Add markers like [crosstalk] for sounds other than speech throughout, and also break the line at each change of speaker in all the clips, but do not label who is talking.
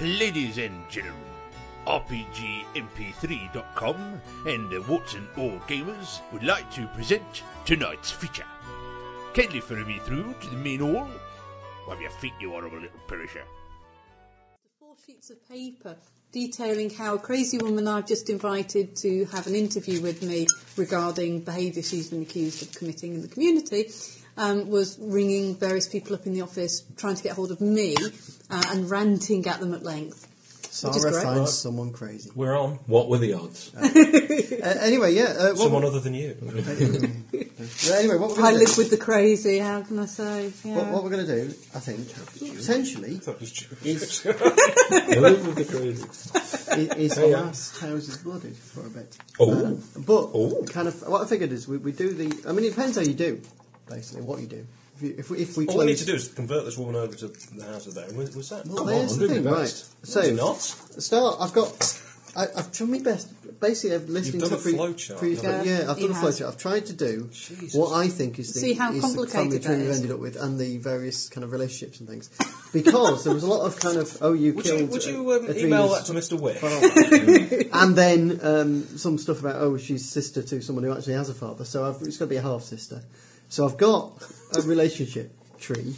Ladies and gentlemen, RPGMP3.com and the Watson All Gamers would like to present tonight's feature. Kindly follow me through to the main hall. Wipe your feet, you horrible little perisher.
Four sheets of paper detailing how a crazy woman I've just invited to have an interview with me regarding behaviour she's been accused of committing in the community um, was ringing various people up in the office, trying to get hold of me uh, and ranting at them at length. Which is
Sarah
great.
finds someone
[laughs]
crazy.
We're on. What were the odds?
Uh, anyway, yeah. Uh, what,
Someone other than [laughs] you.
well, anyway, what
I
we're going to
live
do,
with the crazy, how can I say? Yeah.
what, what we're going to do, I think,
[laughs]
essentially, is, is, is
Hey,
last house is blooded for a bit. Uh,
Oh.
but
Oh.
kind of what I figured is we, we do the. I mean, it depends how you do, basically, what you do. If, you, if we if we
All we
close,
need to do is convert this woman over to the house of there. Was, was that?
Well,
Come
there's
on,
the
do
thing,
your
right.
best.
So-
Do not.
start. I've got. I, I've done my best. Basically, I've listened
done
to
a
pre-
flowchart,
previous-
haven't you?
yeah, I've
You
done a
have.
flowchart. I've tried to do
Jesus.
what I think is the,
See how
is the
complicated
family
that
tree we've
is?
ended up with, and the various kind of relationships and things, because there was a lot of kind of oh you
Would
killed.
you, would you
uh,
um,
Adrena's
email that to Mr. Wick?
[laughs] and then um, some stuff about oh she's sister to someone who actually has a father, so I've, it's got to be a half sister. So I've got a relationship tree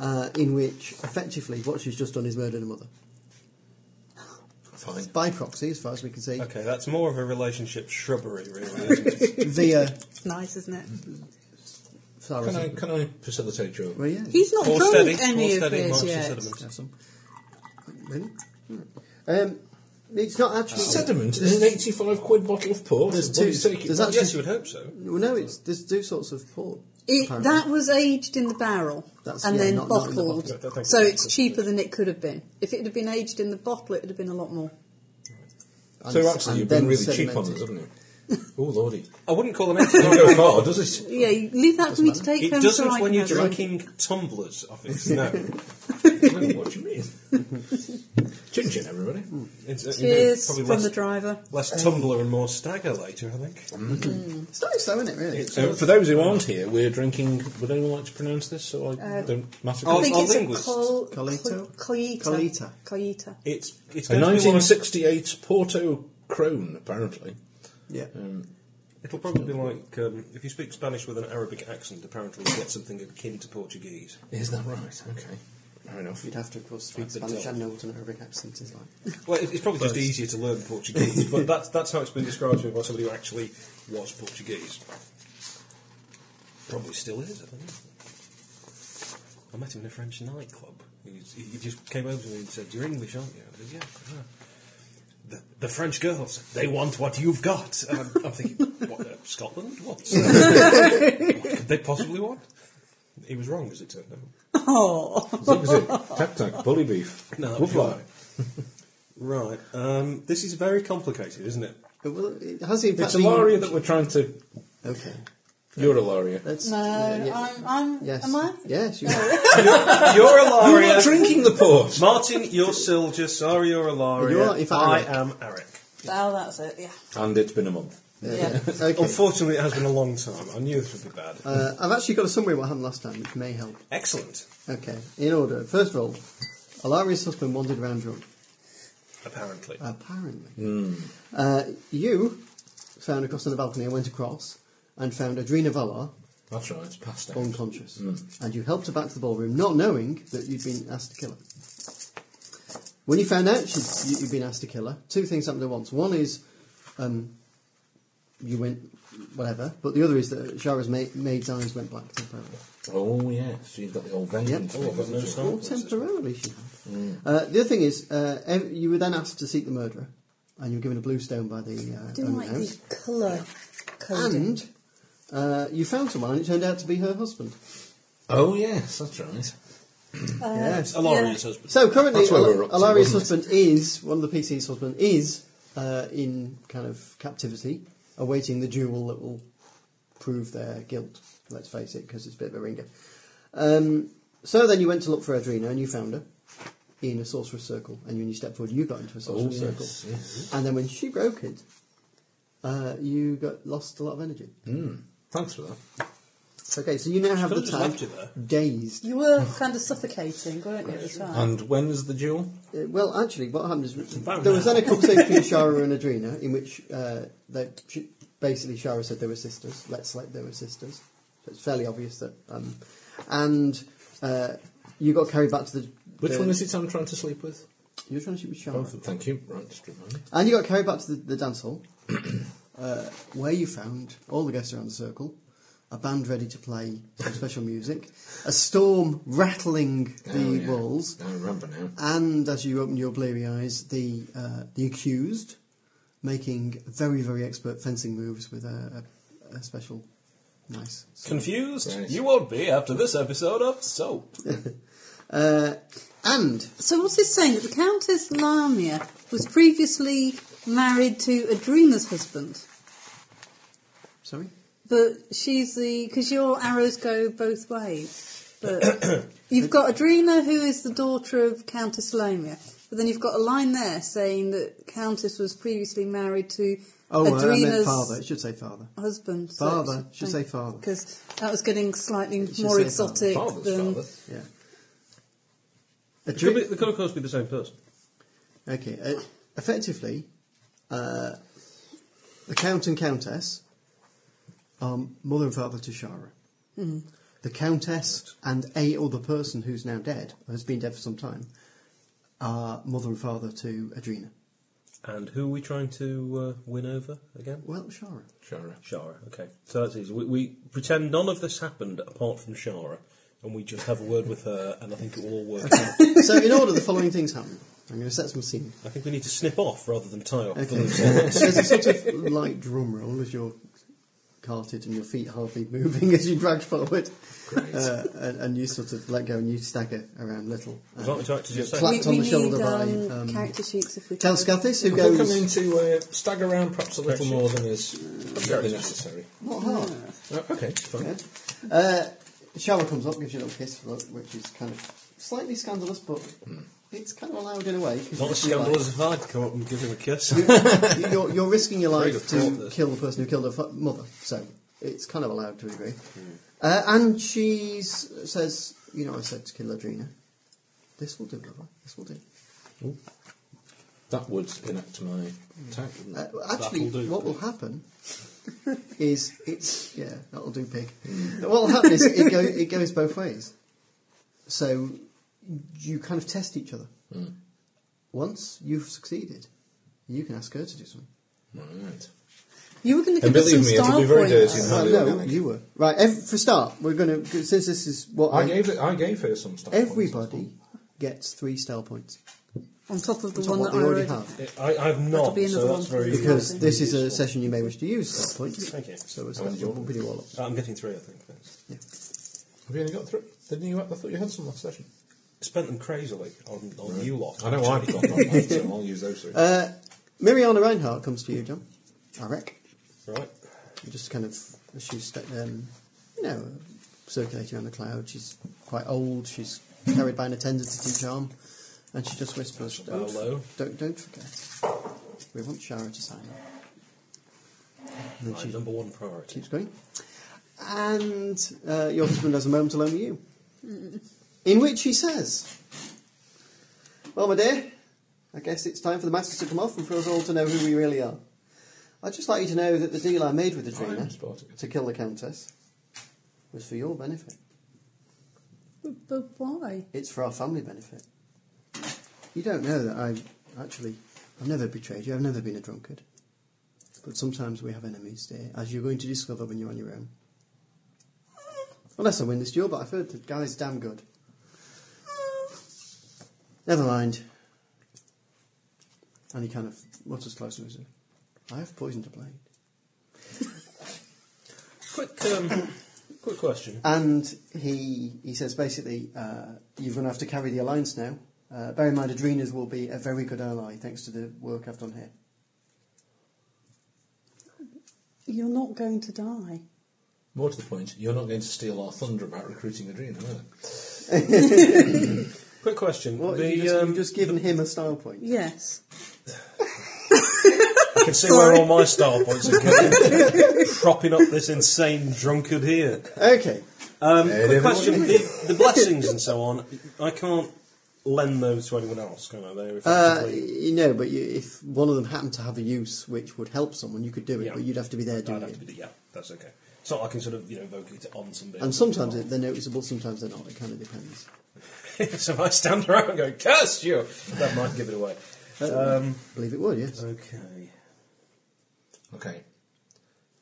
uh, in which effectively what she's just done is murdered her mother
Fine.
by proxy, as far as we can see,
Okay, that's more of a relationship shrubbery, really. isn't it? [laughs]
via
It's nice, isn't it?
Mm. Sarah's.
Can I, can I facilitate your...
well, yeah,
He's not
More
done
steady,
any
more
of
steady
this
marches
yet.
sediment.
have some. Really? Um, it's not actually.
Sediment is an 85 quid bottle of port.
There's
What
two-
do you take it-
there's actually-
Yes, you would hope so.
Well, no, it's there's two sorts of port.
It,
apparently.
that was aged in the barrel
That's-
and
yeah,
then
not- not in the
bottled,
bottle. Thank you.
so it's cheaper than it could have been. If it had been aged in the bottle, it would have been a lot more.
And-
So actually, you've
and then
been really cheap on
sedimented.
us, haven't you? Oh, lordy.
I wouldn't call them
Doesn't go
anti
[laughs] far, does it?
Yeah, you leave that for me to take
It
home.
doesn't
so I
when
can
you're
have it.
drinking tumblers of it. [laughs] No.
what do you mean? chin chin, everybody.
It's, uh, you know,
Cheers
probably
from
less,
the driver.
less tumbler and more stagger later, I think.
It's not so, isn't it? Really.
It's-
So for those who aren't here, we're drinking. Would anyone like to pronounce this? So I don't matter.
Uh, I
I'll-
think
I'll
it's a
linguist.
col-
Colito?
col- coita.
Colita.
Coita.
It's, it's
A
going to be one of-
1968 Porto Crone, apparently.
yeah.
It'll probably be like um, if you speak Spanish with an Arabic accent, apparently you get something akin to Portuguese.
Is that right? Okay. Fair enough.
You'd have to, of course, speak
That's a
Spanish
dog.
and know what an Arabic accent is like.
Well, it- it's probably just easier to learn Portuguese, but that's, that's how it's been described to me by somebody who actually was Portuguese. Probably still is, I don't know. I met him in a French nightclub. He, was- he he just came over to me and said, You're English, aren't you? I said, Yeah. "Ah." The, the French girls, they want what you've got. And I'm, I'm thinking, what, uh, Scotland? What? [laughs] what could they possibly want? He was wrong, as it turned out.
As long as it tac tac bully beef.
No,
Would
sure.
lie.
Right. Um, this is very complicated, isn't it?
well, it has in fact
It's a
been-
Laria that we're trying to.
Okay.
You're a Laria.
That's,
No,
yeah.
Uh, I'm. I'm
Yes.
Am I?
Yes. You
[laughs] You're a
You're
Laria.
not drinking the port.
[laughs] Martin, you're Silja. Sorry, you're a Laria.
You are, if
I
Aric.
am Eric.
[laughs] Oh, that's it. Yeah.
And it's been a month.
Yeah.
Oh,
okay.
Unfortunately, it has been a long time. I knew this would be bad.
Uh, I've actually got a summary of what happened last time, which may help.
Excellent,
Okay. In order. First of all, Alaria's husband wandered around drunk.
apparently.
Apparently. Uh, you found across on the balcony and went across and found Adrena Valar
That's right. It's past it.
unconscious. And you helped her back to the ballroom, not knowing that you'd been asked to kill her. When you found out she'd, you- you'd been asked to kill her, two things happened at once. One is um, you went whatever, but the other is that Shara's ma- maid's eyes went black temporarily.
Oh yes, she's got the old vengeance.
Yep.
thing,
Oh, I've got no
hasn't she?
soul.
Well, temporarily she had. Uh, the other thing is, uh, ev- you were then asked to seek the murderer, and you were given a blue stone by the uh,
I do
owner
like
house.
the colour coding.
And uh, you found someone, and it turned out to be her husband.
Oh yes, that's right.
Uh,
yes.
Alaria's husband.
So currently,
That's where we
Al-
were up to,
Alaria's
wasn't
husband is one of the PC's husband is uh, in kind of captivity, awaiting the duel that will prove their guilt. Let's face it, because it's a bit of a ringer. Um, so then you went to look for Adrena, and you found her in a sorcerer's circle. And when you stepped forward, you got into a
Oh
sorcerer's circle.
yes, yes.
And then when she broke it, uh, you got lost a lot of energy.
Thanks for Hmm. that.
Okay, so you now have
Could
the
have
tag
just left you there.
dazed.
You were kind of suffocating, weren't you, at the time?
Um,
And when is the duel?
Uh, well, actually, what happened is
about
there was
now.
then a conversation between
[laughs]
Shara and Adrena in which uh, they she, basically Shara said they were sisters. Let's like they were sisters. So it's fairly obvious that. Um, and uh, you got carried back to the.
Which
the-
one is it I'm trying to sleep with?
You're trying to shoot with Shara.
Thank you. Right, just remind me.
And you got carried back to the, the dance hall, [coughs] uh, where you found all the guests around the circle, a band ready to play some special music, a storm rattling the
Oh, yeah.
walls,
I remember now.
and as you open your bleary eyes, the uh, the accused making very very expert fencing moves with a, a, a special nice.
Confused?
Right.
You won't be after this episode of Soap.
Uh, and
So what's this saying? That the Countess Lamia was previously married to Adrena's husband,
sorry,
but she's the because your arrows go both ways. But [coughs] you've got Adrena, who is the daughter of Countess Lamia, but then you've got a line there saying that Countess was previously married to
oh, uh, I meant
Adrena's
father. It should say father.
husband.
Father. Should say father.
because that was getting slightly
should
more
say
exotic
Father's
than.
father.
Yeah.
They could, be, they could of course be the same person.
Okay, uh, effectively, uh, the Count and Countess are mother and father to Shara. The Countess and a other person who's now dead, or has been dead for some time, are mother and father to Adrena.
And who are we trying to uh, win over again?
Well, Shara.
Shara.
Shara. Okay, so that's easy. We, we pretend none of this happened apart from Shara, and we just have a word with her, and I think it will all work [laughs] out.
so, in order, the following things happen. I'm going to set some scene.
I think we need to snip off rather than tie off.
Okay. There's a sort of light drum roll as you're carted and your feet hardly moving as you drag forward.
Great.
Uh, and, and you sort of let go and you stagger around little.
Is that what you like to just say?
clapped
we
on the
we
shoulder
need
by
um,
um,
character sheets if we can.
Telskathis, who
I think I'm going
goes.
to uh, stagger around perhaps a little more than is really necessary.
Not hard.
Uh, okay, fine.
Yeah. Uh, Shower comes up, gives you a little kiss, look, which is kind of slightly scandalous, but it's kind of allowed in a way. 'cause
Hmm. Not
you-
as scandalous if I'd come up and give him a
[laughs]
kiss.
you- You're, you're risking your
Afraid
life
of
to
corpus.
kill the person who killed her fa- mother, so it's kind of allowed to a degree.
Hmm.
Uh, and she says, You know, I said to kill Adrena. This will do, lover. This will do. Uh,
That would enact my attack. wouldn't
Uh,
it?
actually,
That'll do.
what will
[laughs]
happen is it's yeah, that'll do, pig. What will happen is it, go, it goes both ways. So you kind of test each other.
Hmm.
Once you've succeeded, you can ask her to do something.
Right.
You were going to
And
give us some
believe me, it'll
style
be very
pointers.
dirty and
Well,
highly
no,
organic.
you were right. Ev- for start, we're going to since this is what
I
I-
gave, it, I gave her some stuff.
everybody gets three style points
on top of the
on
one
what
that
they
I already
already have.
I, I've
That'll
not,
be another
so that's
one.
very
Because this is a
useful.
session you may wish to use style points.
Thank you.
So it's
I want
we'll
your-
do all of them.
Uh, I'm getting three, I think. thanks.
Have you only got three? Didn't you? I thought you had some last session.
Spent them crazily on, on you lot.
I know I've got that,
[laughs]
so I'll use those three.
Uh, Mariana Reinhardt comes to you, John. I reckon.
Right.
just kind of she's sta- um, you know circulating around the cloud. She's quite old. She's carried by an attendant at each arm, and she just whispers,
bow low.
"Don't, don't, don't forget. We want Shara to sign up." And then
right,
she
number one priority.
keeps going, and uh, your husband has a moment alone with you, in which he says, "Well, my dear, I guess it's time for the matters to come off and for us all to know who we really are." I'd just like you to know that the deal I made with the
I'm
trainer
spotted.
to kill the Countess was for your benefit.
But, but why?
It's for our family benefit. You don't know that I actually, I've never betrayed you, I've never been a drunkard. But sometimes we have enemies, dear, as you're going to discover when you're on your own. Unless I win this duel, but I've heard the guy's damn good. Never mind. And he kind of mutters close to his ear. I have poison to blade.
Quick, um, quick question.
And he he says basically, uh, you're going to have to carry the alliance now. Uh, bear in mind, Adrena's will be a very good ally thanks to the work I've done here.
You're not going to die.
More to the point, you're not going to steal our thunder about recruiting Adrena, are you?
Quick question.
What,
the,
you just,
um,
you've just given him a style point.
Yes.
I can see where all my style points are going.
[laughs]
Propping up this insane drunkard here.
Okay.
Um,
Hey,
quick
everyone.
question: the, the blessings and so on, I can't lend those to anyone else, can I? They're
Uh,
effectively-
you know, but you, if one of them happened to have a use which would help someone, you could do it,
Yeah.
but you'd have to be there
I'd
doing
have
it.
to be, yeah, that's okay. It's not like I can sort of, you know, vocally to on somebody.
And sometimes
[laughs]
it, they're noticeable, sometimes they're not. It kind of depends.
so if I stand around and go, curse you! That might give it away.
Uh,
Um,
I believe it would, yes.
okay.
Okay.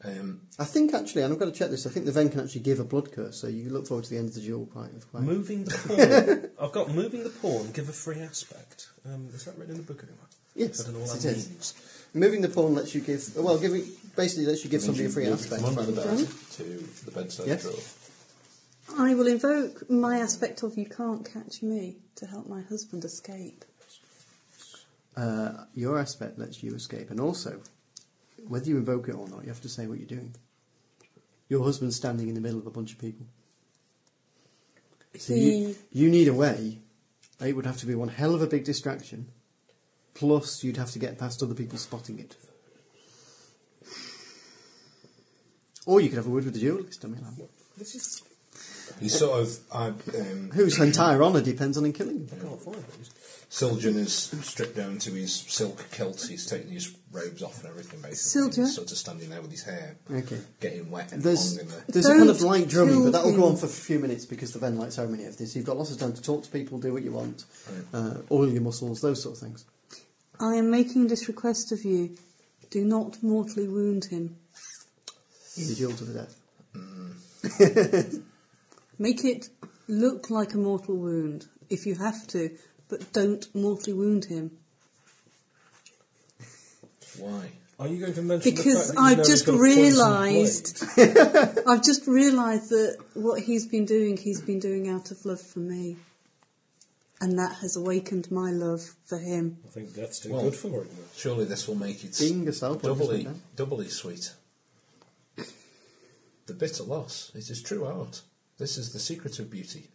Um,
I think actually, and I've got to check this, I think the Ven can actually give a blood curse, so you look forward to the end of the duel quite. quite. [laughs]
Moving the pawn. I've got moving the pawn, give a free aspect. Um, is that written in the book anywhere?
Yes,
I don't know what
yes,
that
it is.
means.
Moving the pawn lets you give, well, giving, basically lets you give somebody a free
move
aspect.
From under the
right?
bed to the bedside
Yes.
drawer.
I will invoke my aspect of you can't catch me to help my husband escape.
Uh, your aspect lets you escape, and also, whether you invoke it or not, you have to say what you're doing. Your husband's standing in the middle of a bunch of people. So you,
He-
you need a way. It would have to be one hell of a big distraction. Plus, you'd have to get past other people spotting it. Or you could have a word with the duelist. I mean, I'm-
You sort of, I, um,
whose entire honour depends on him killing you.
Can't find those.
Siljan is stripped down to his silk kilt. He's taking his robes off and everything, basically.
Siljan?
He's sort of standing there with his hair
Okay.
getting wet and
There's,
long in there.
there's a kind of
Don't
light drumming,
kill
but that'll go
him.
on for a few minutes because the Ven likes so many of this. You've got lots of time to talk to people, do what you want,
Right.
uh, oil your muscles, those sort of things.
I am making this request of you. Do not mortally wound him.
In the duel to the death.
Make it look like a mortal wound if you have to, but don't mortally wound him.
Why?
Are you going to mention the fact
Because
that you know
I've
he's
just
got a poisoned
realised, I've just realised that what he's been doing, he's been doing out of love for me, and that has awakened my love for him.
blade? I think that's too
Well-
good for it.
Surely this will make it
Ding, a cell point just went
doubly,
down.
doubly sweet. The bitter loss is his true art. This is the secret of beauty.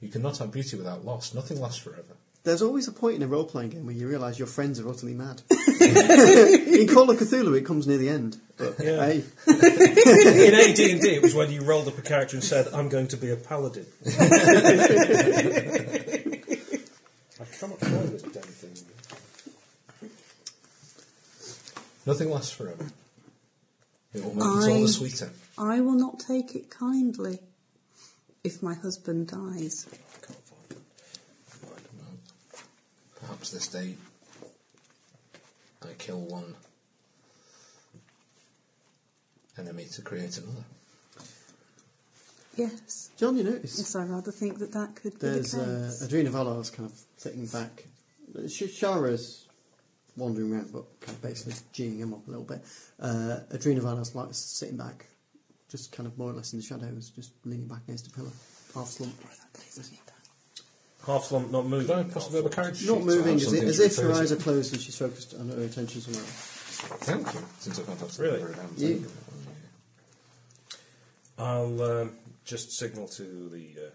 You cannot have beauty without loss. Nothing lasts forever.
There's always a point in a role playing game where you realise your friends are utterly
[laughs]
mad. [laughs] in Call of Cthulhu, it comes near the end. But
Yeah.
hey,
In AD&D, it was when you rolled up a character and said, I'm going to be a paladin. I cannot find this damn thing.
Nothing lasts forever. It will make it all
I-
the sweeter.
I will not take it kindly if my husband dies.
I can't find it.
Perhaps this day I kill one enemy to create another.
Yes.
John, you notice
Yes, I rather think that that could
there's
be the
uh,
case.
Adrena Valar's kind of sitting back. Sh- Shara's wandering around, but kind of basically geeing him up a little bit. Uh, Adrena Valar's like sitting back, just kind of more or less in the shadows, just leaning back against a pillar, half slumped.
Half slump, not moving.
Could I possibly have a character sheet
Not
to
moving,
have
as,
something
i-
to
as if
refer
her
to?
eyes are closed and she's focused on her attention somewhere else.
Thank you. Since I can't have
Really?
Yeah.
I'll um, just signal to the uh,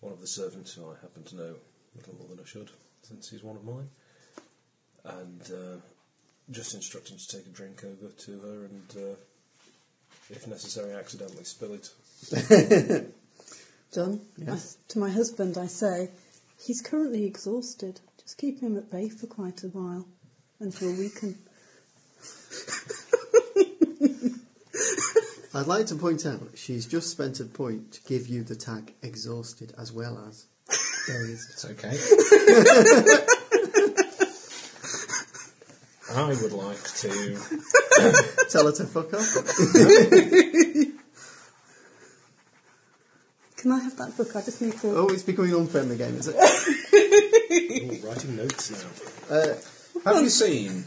one of the servants who I happen to know little more than I should, since he's one of mine, and uh, just instruct him to take a drink over to her and, uh, if necessary, accidentally spill it.
Done.
Yes.
I- to my husband, I say, he's currently exhausted. Just keep him at bay for quite a while until we can.
I'd like to point out she's just spent a point to give you the tag exhausted as well as
[laughs]
dazed. [laughs]
It's okay. I would like to.
Tell her to fuck off.
Can I have that book? I just need to.
Oh, it's becoming unfriendly game, is it?
Oh, writing notes now.
Uh, Have you seen?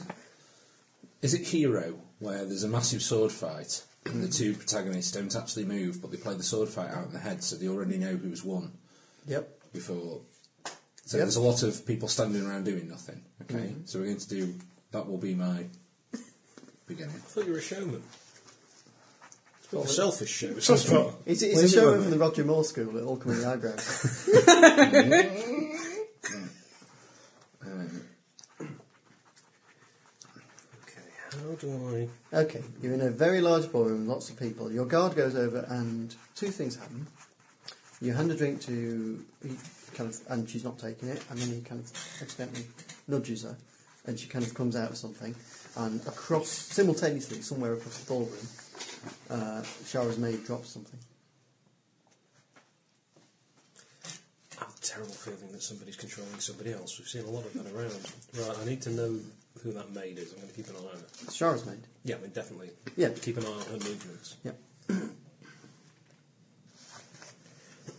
Is it Hero where there's a massive sword fight and the two protagonists don't actually move, but they play the sword fight out in the head, so they already know who's won
Yep.
before. So
Yep.
there's a lot of people standing around doing nothing. Okay, so we're going to do that. Will be my beginning.
I thought you were a showman. It's a bit of a selfish show so far.
It's,
Where
it's a
is it
show
going?
from the Roger Moore school, it all come in the eyebrows.
Um,
Okay, how don't worry.
Okay, you're in a very large ballroom, lots of people. Your guard goes over, and two things happen. You hand a drink to, he kind of, and she's not taking it, and then he kind of accidentally nudges her, and she kind of comes out of something, and across simultaneously, somewhere across the ballroom, uh, Shara's maid drops something.
I have a terrible feeling that somebody's controlling somebody else. We've seen a lot of that around. Right, I need to know who that maid is. I'm going to keep an eye on her.
It's Shara's maid.
Yeah, I mean, definitely.
Yeah.
Keep an eye on her movements.
Yeah.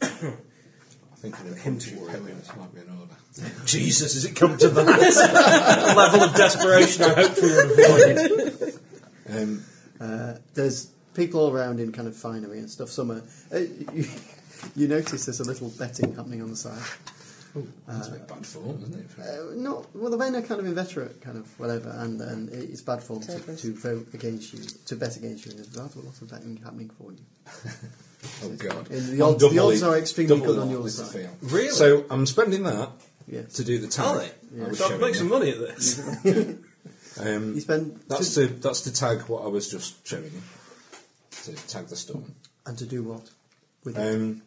I think an
Him to
impromptu
worry
poem might be in order.
Jesus, has it come to that level of desperation I hoped we would avoid?
Um,
There's people all around in kind of finery and stuff. Some are, uh, [laughs] you, you notice there's a little betting happening on the side.
that's a bit bad form, isn't it?
Uh, not well. The men are kind of inveterate, kind of whatever, and, and it's bad form to,
Tables.
to vote against you, to bet against you, and there's rather a lot of betting happening for you.
oh God!
And the
I'm
odds- the
doubly-
odds are extremely
double E.
good on your
with the
side.
feel.
Really?
So I'm spending that
Yes.
to do the
Are
tally.
they? So I can make some money at this.
Um,
You spend
that's
two-
to that's to tag what I was just showing you. To tag the storm.
and to do what? With it?
Um,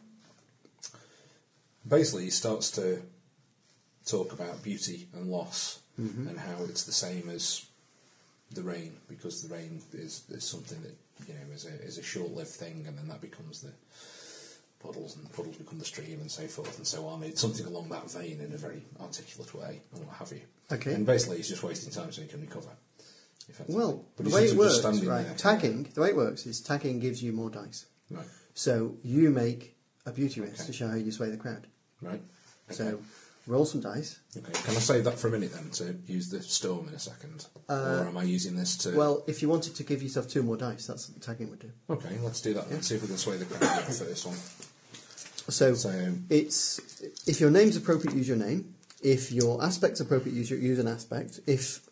basically, he starts to talk about beauty and loss
Mm-hmm.
and how it's the same as the rain because the rain is, is something that you know is a, is a short-lived thing, and then that becomes the puddles, and the puddles become the stream, and so forth and so on. It's something along that vein in a very articulate way and what have you.
Okay.
And basically, he's just wasting time so he can recover. effectively.
well,
But
the
he
way
seems
it
to have just
works,
standing
right?
there.
Tagging. The way it works is tagging gives you more dice.
Right.
So you make a beauty race
Okay.
to show how you sway the crowd.
Right.
So roll some dice.
Okay, can I save that for a minute then to use the storm in a second? or am I using this to.
Well, if you wanted to give yourself two more dice, that's what tagging would do.
Okay, let's do that then. See if we can sway the crowd with the first one.
So,
So-
it's if your name's appropriate, use your name. If your aspect's appropriate, use, your, use an aspect. If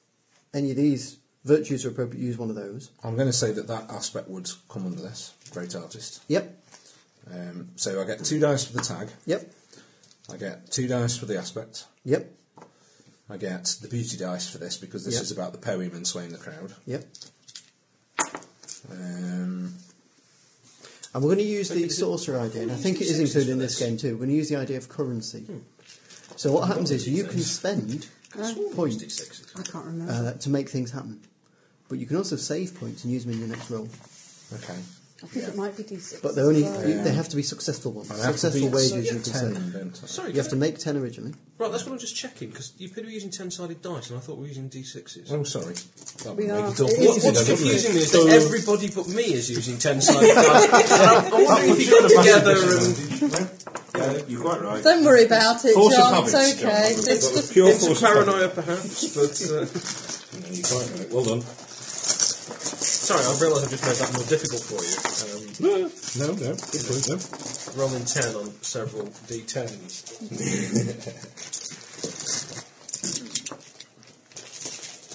any of these virtues are appropriate, use one of those.
I'm going to say that that aspect would come under this. Great artist.
Yep,
Um, so I get two dice for the tag,
yep,
I get two dice for the aspect,
yep,
I get the beauty dice for this because this
Yeah.
is about the poem and swaying the crowd.
yep.
Um,
And we're going to use the sorcerer idea, and I think it is included in this game too. We're going to use the idea of currency. So what happens is you can spend points
I can't remember.
uh, to make things happen, but you can also save points and use them in your next roll.
okay.
I think it might be D6.
But they only
as well.
you, they have to be successful ones,
And I have to
successful
beat-
wages you can
ten,
save.
don't I?
Sorry,
You have to make ten originally.
Right, that's what I'm just checking because you've been using ten-sided dice, and I thought we were using d6s.
Oh, sorry. That
We
made
are-
it all
it is-
What,
confusing,
what's
doesn't it?
confusing me
[laughs]
is that everybody but me is using ten-sided dice. I'm I'm wondering if you got together and
Yeah, you're quite right.
Don't worry about it,
Force of
John.
habits,
It's
John.
okay. It's
Got
just
pure
into
force of habit.
paranoia, perhaps. But uh,
No, you're quite right. Well done.
sorry, I realise I've just made that more difficult for you. Um,
No, no, it's no.
rolling 10 on several d10s.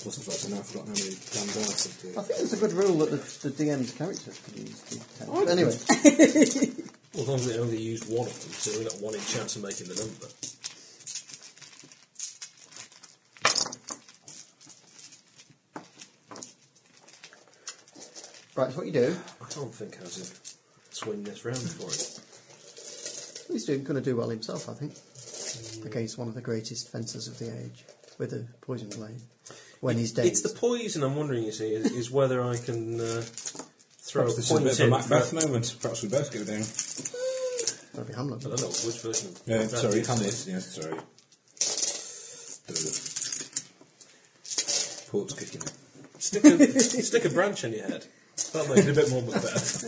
Wasn't right, so now I've forgotten how many damn dice I've
I
done.
think it's a good rule that the, the DM's characters can use. to tell. But anyway,
Well, as long as they only used one of them, so they're not one in chance of making the number.
right, so what you do,
I can't think how to swing this round for it.
he's doing, going to do well himself, I think, against one of the greatest fencers of the age with a poison blade when he's dead.
It's the poison I'm wondering, you see, is, is whether I can uh, throw
Perhaps this
a
is a
point
bit of
in.
a
for-
Macbeth moment. Perhaps we both go down. Uh,
That'd be Hamlet.
I don't know which version. of
Yeah,
that
sorry,
is.
Hamlet. Yeah, sorry. Port's kicking it.
Stick a, [laughs] stick a branch on your head. That makes it a bit more Macbeth.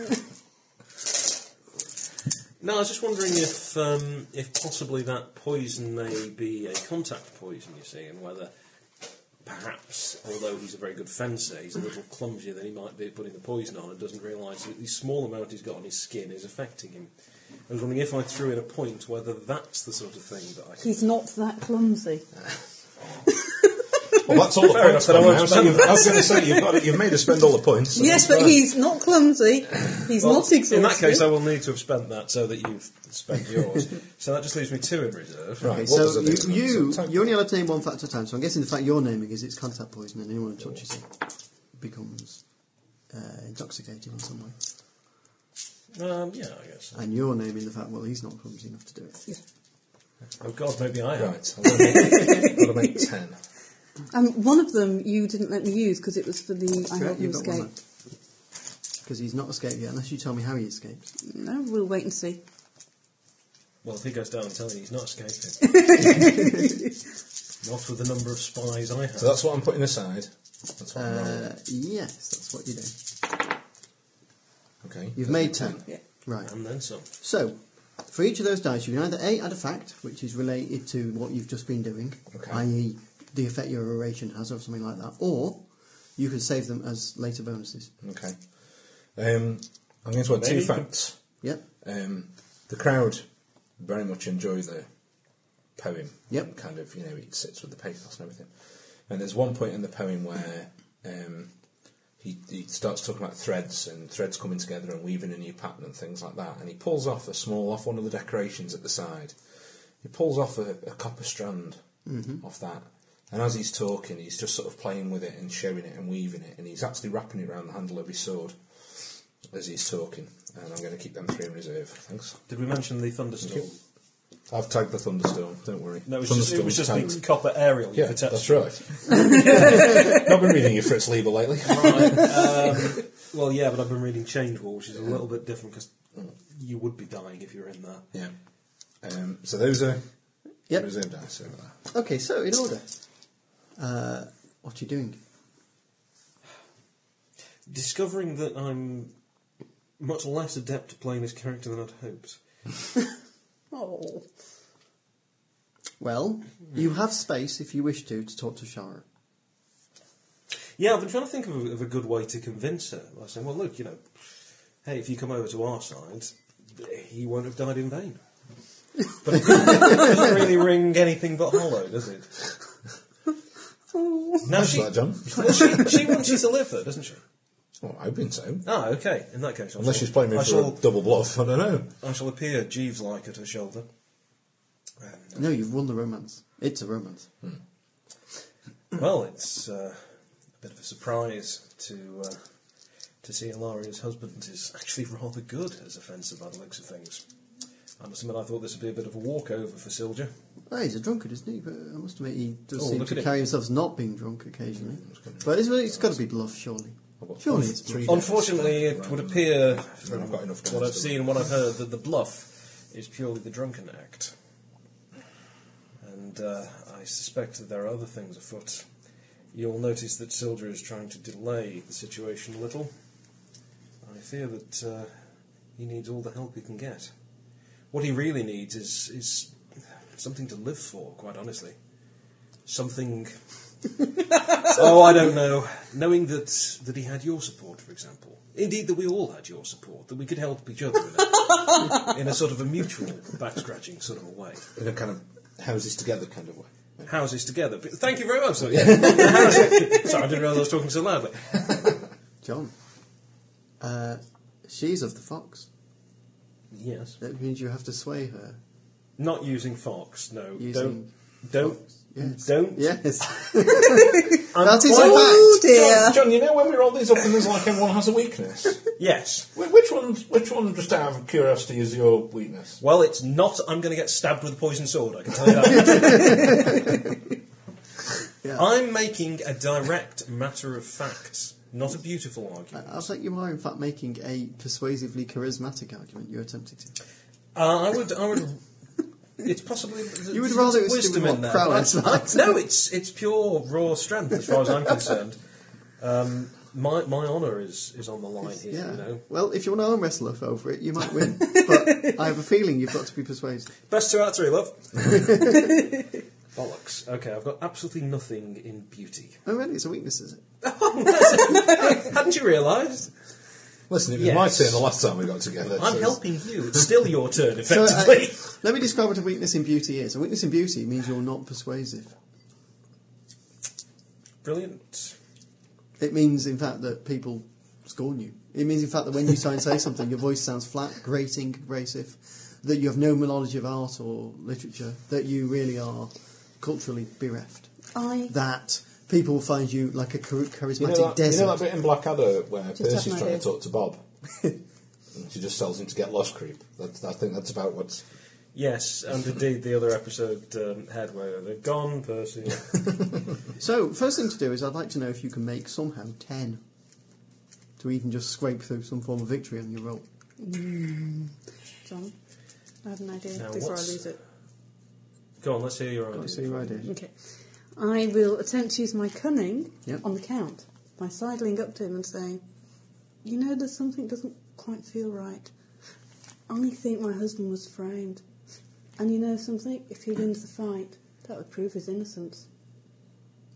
No, I was just wondering if um, if possibly that poison may be a contact poison, you see, and whether perhaps, although he's a very good fencer, he's a little clumsier than he might be at putting the poison on and doesn't realise that the small amount he's got on his skin is affecting him. I was wondering if I threw in a point whether that's the sort of thing that I can.
he's not that clumsy.
Well, that's all the
Fair
points
enough, then I won't
gone now. So
spend
you've, I was going to say you've, got, you've made us spend all the points.
[laughs]
so
Yes,
that's
but
fine.
he's not clumsy. He's
Well,
not exhausted.
In that case, I will need to have spent that so that you've spent
[laughs]
yours. so that just leaves me two in reserve.
Right.
Okay,
what
so
does it do?
you, you
So-
you're only allowed to name one fact at a time. So I'm guessing the fact you're naming is it's contact poison, and anyone who touches it becomes uh, intoxicated in some way.
Um, yeah, I guess.
And you're naming the fact, well, he's not clumsy enough to do it.
Oh God, maybe I am.
Right, I'm going to
[laughs]
make ten.
Um, one of them you didn't let me use because it was for the I help you
you've got one
escape.
Because he's not escaped yet, unless you tell me how he escaped.
No, we'll wait and see.
Well, if he goes down, I'm telling you, he's not escaping.
[laughs]
not with the number of spies I have.
So that's what I'm putting aside. That's what I'm
Uh,
rolling.
yes, that's what you do.
Okay.
You've made ten.
Yeah.
Right.
and then some.
So, for each of those dice, you can either A, add a fact, which is related to what you've just been doing,
Okay.
i.e., the effect your oration has, or something like that, or you can save them as later bonuses.
Okay. Um, I'm going to add two
Maybe.
facts.
Yep.
Um, the crowd very much enjoy the poem.
Yep.
Kind of, you know, it sits with the pathos and everything. And there's one point in the poem where um, he, he starts talking about threads and threads coming together and weaving a new pattern and things like that. And he pulls off a small, off one of the decorations at the side. He pulls off a, a copper strand off that. And as he's talking, he's just sort of playing with it and showing it and weaving it. And he's actually wrapping it around the handle of his sword as he's talking. And I'm going to keep them three in reserve. Thanks.
Did we mention the thunderstorm?
I've tagged the thunderstorm. Don't worry.
No, it was just, it was just
Thunderstorm's
the copper aerial.
tagged. Yeah, that's right. [laughs] Not been reading your Fritz Lieber [laughs] lately. [laughs]
um, well, yeah, but I've been reading Change War, which is a little bit different because
Mm.
you would be dying if you were in there.
yeah. Um, so those are
Yep.
reserve dice over there.
Okay, so in order, uh, what are you doing?
Discovering that I'm much less adept at playing this character than I'd hoped.
Oh.
Well, you have space if you wish to to talk to Shara.
Yeah, I've been trying to think of a, of a good way to convince her. I was saying, well, look, you know, hey, if you come over to our side, he won't have died in vain. But it doesn't really ring anything but hollow, does
[laughs]
it? Now
That's
she,
that done.
well, she, she wants you to live, though, doesn't she?
Well, I'm hoping so.
Ah, okay. In that case, I
Unless
shall,
she's playing me
I
for
shall,
a double bluff. I don't know.
I shall appear Jeeves like at her shoulder. Um, And,
No, you've won the romance. It's a romance.
uh, well, it's uh, a bit of a surprise to uh, to see Ilaria's husband is actually rather good as a fencer by the looks of things. I must admit, I thought this would be a bit of a walkover for Silja.
Oh, he's a drunkard, isn't he? But I must admit, he does
Oh,
seem
look
to
at him.
carry himself as not being drunk occasionally. But it's, it's got to be bluff, surely.
I've got
Surely
three-
it's
three
bluff.
dice
Unfortunately,
left,
it
right,
would
and
appear
then I've
from
got enough dice
what I've
to-
seen and what I've heard that the bluff is purely the drunken act. And uh, I suspect that there are other things afoot. You'll notice that Silder is trying to delay the situation a little. I fear that uh, he needs all the help he can get. What he really needs is, is something to live for, quite honestly. Something. oh, I don't know. Knowing that, that he had your support, for example. Indeed, that we all had your support, that we could help each other in
[laughs]
a, in a sort of a mutual back scratching sort of a way.
In a kind of houses together kind of way.
Houses together. But thank you very much. Sorry, Houses- [laughs] Sorry, I didn't realise I was talking so loudly.
John. Uh, she's of the fox.
Yes.
That means you have to sway her.
Not using Fox, no.
Using
don't. Don't.
Yes.
Don't. [laughs]
Yes.
I'm
that is
quite-
a fact.
Oh dear.
John, you know when we roll these up and there's like everyone has a [laughs] weakness?
Yes.
Wh- which one, which one, just out of curiosity, is your weakness?
Well, it's not. I'm going to get stabbed with a poisoned sword. I can tell you that.
[laughs] Yeah.
I'm making a direct matter of fact, not a beautiful argument.
I was like, you are in fact making a persuasively charismatic argument. You're attempting to.
Uh, I would. I would. It's possibly th-
You would
there's
rather it was
wisdom
given
in
what
there.
prowess,
but I-
right?
[laughs] No, it's it's pure raw strength as far as I'm concerned. Um, my my honour is is on the line here.
Yeah.
You know,
Well, if you want to arm wrestle her over it, you might win. but I have a feeling you've got to be persuasive.
best two out of three, love. [laughs] Bollocks. Okay, I've got absolutely nothing in beauty.
Oh, really? It's a weakness, is it?
Hadn't you realised?
Listen, it was
Yes.
my turn the last time we got together.
I'm
so-
helping
[laughs]
you. It's still your turn,
So, uh,
effectively.
let me describe what a weakness in beauty is. A weakness in beauty means you're not persuasive.
[laughs] Brilliant.
It means, in fact, that people scorn you. It means, in fact, that when you try and say something, your voice sounds flat, grating, abrasive, that you have no knowledge of art or literature, that you really are culturally bereft.
I
That people will find you like a char- charismatic
You know, that,
desert.
you know that bit in Blackadder where Percy's
had an
trying
idea.
to talk to Bob?
[laughs]
and she just tells him to get lost, creep. That's, I think that's about what's.
Yes, and indeed the other episode um, had where they're gone,
[laughs]
Percy.
So, first thing to do is I'd like to know if you can make somehow 10 to even just scrape through some form of victory on your roll.
John, I have an idea
Now,
before
what's-
I lose it.
Go on, let's hear your idea.
Let's see your idea.
Okay. I will attempt to use my cunning
Yep.
on the count by sidling up to him and saying, You know, there's something doesn't quite feel right. I think my husband was framed. And you know something? If he wins the fight, that would prove his innocence.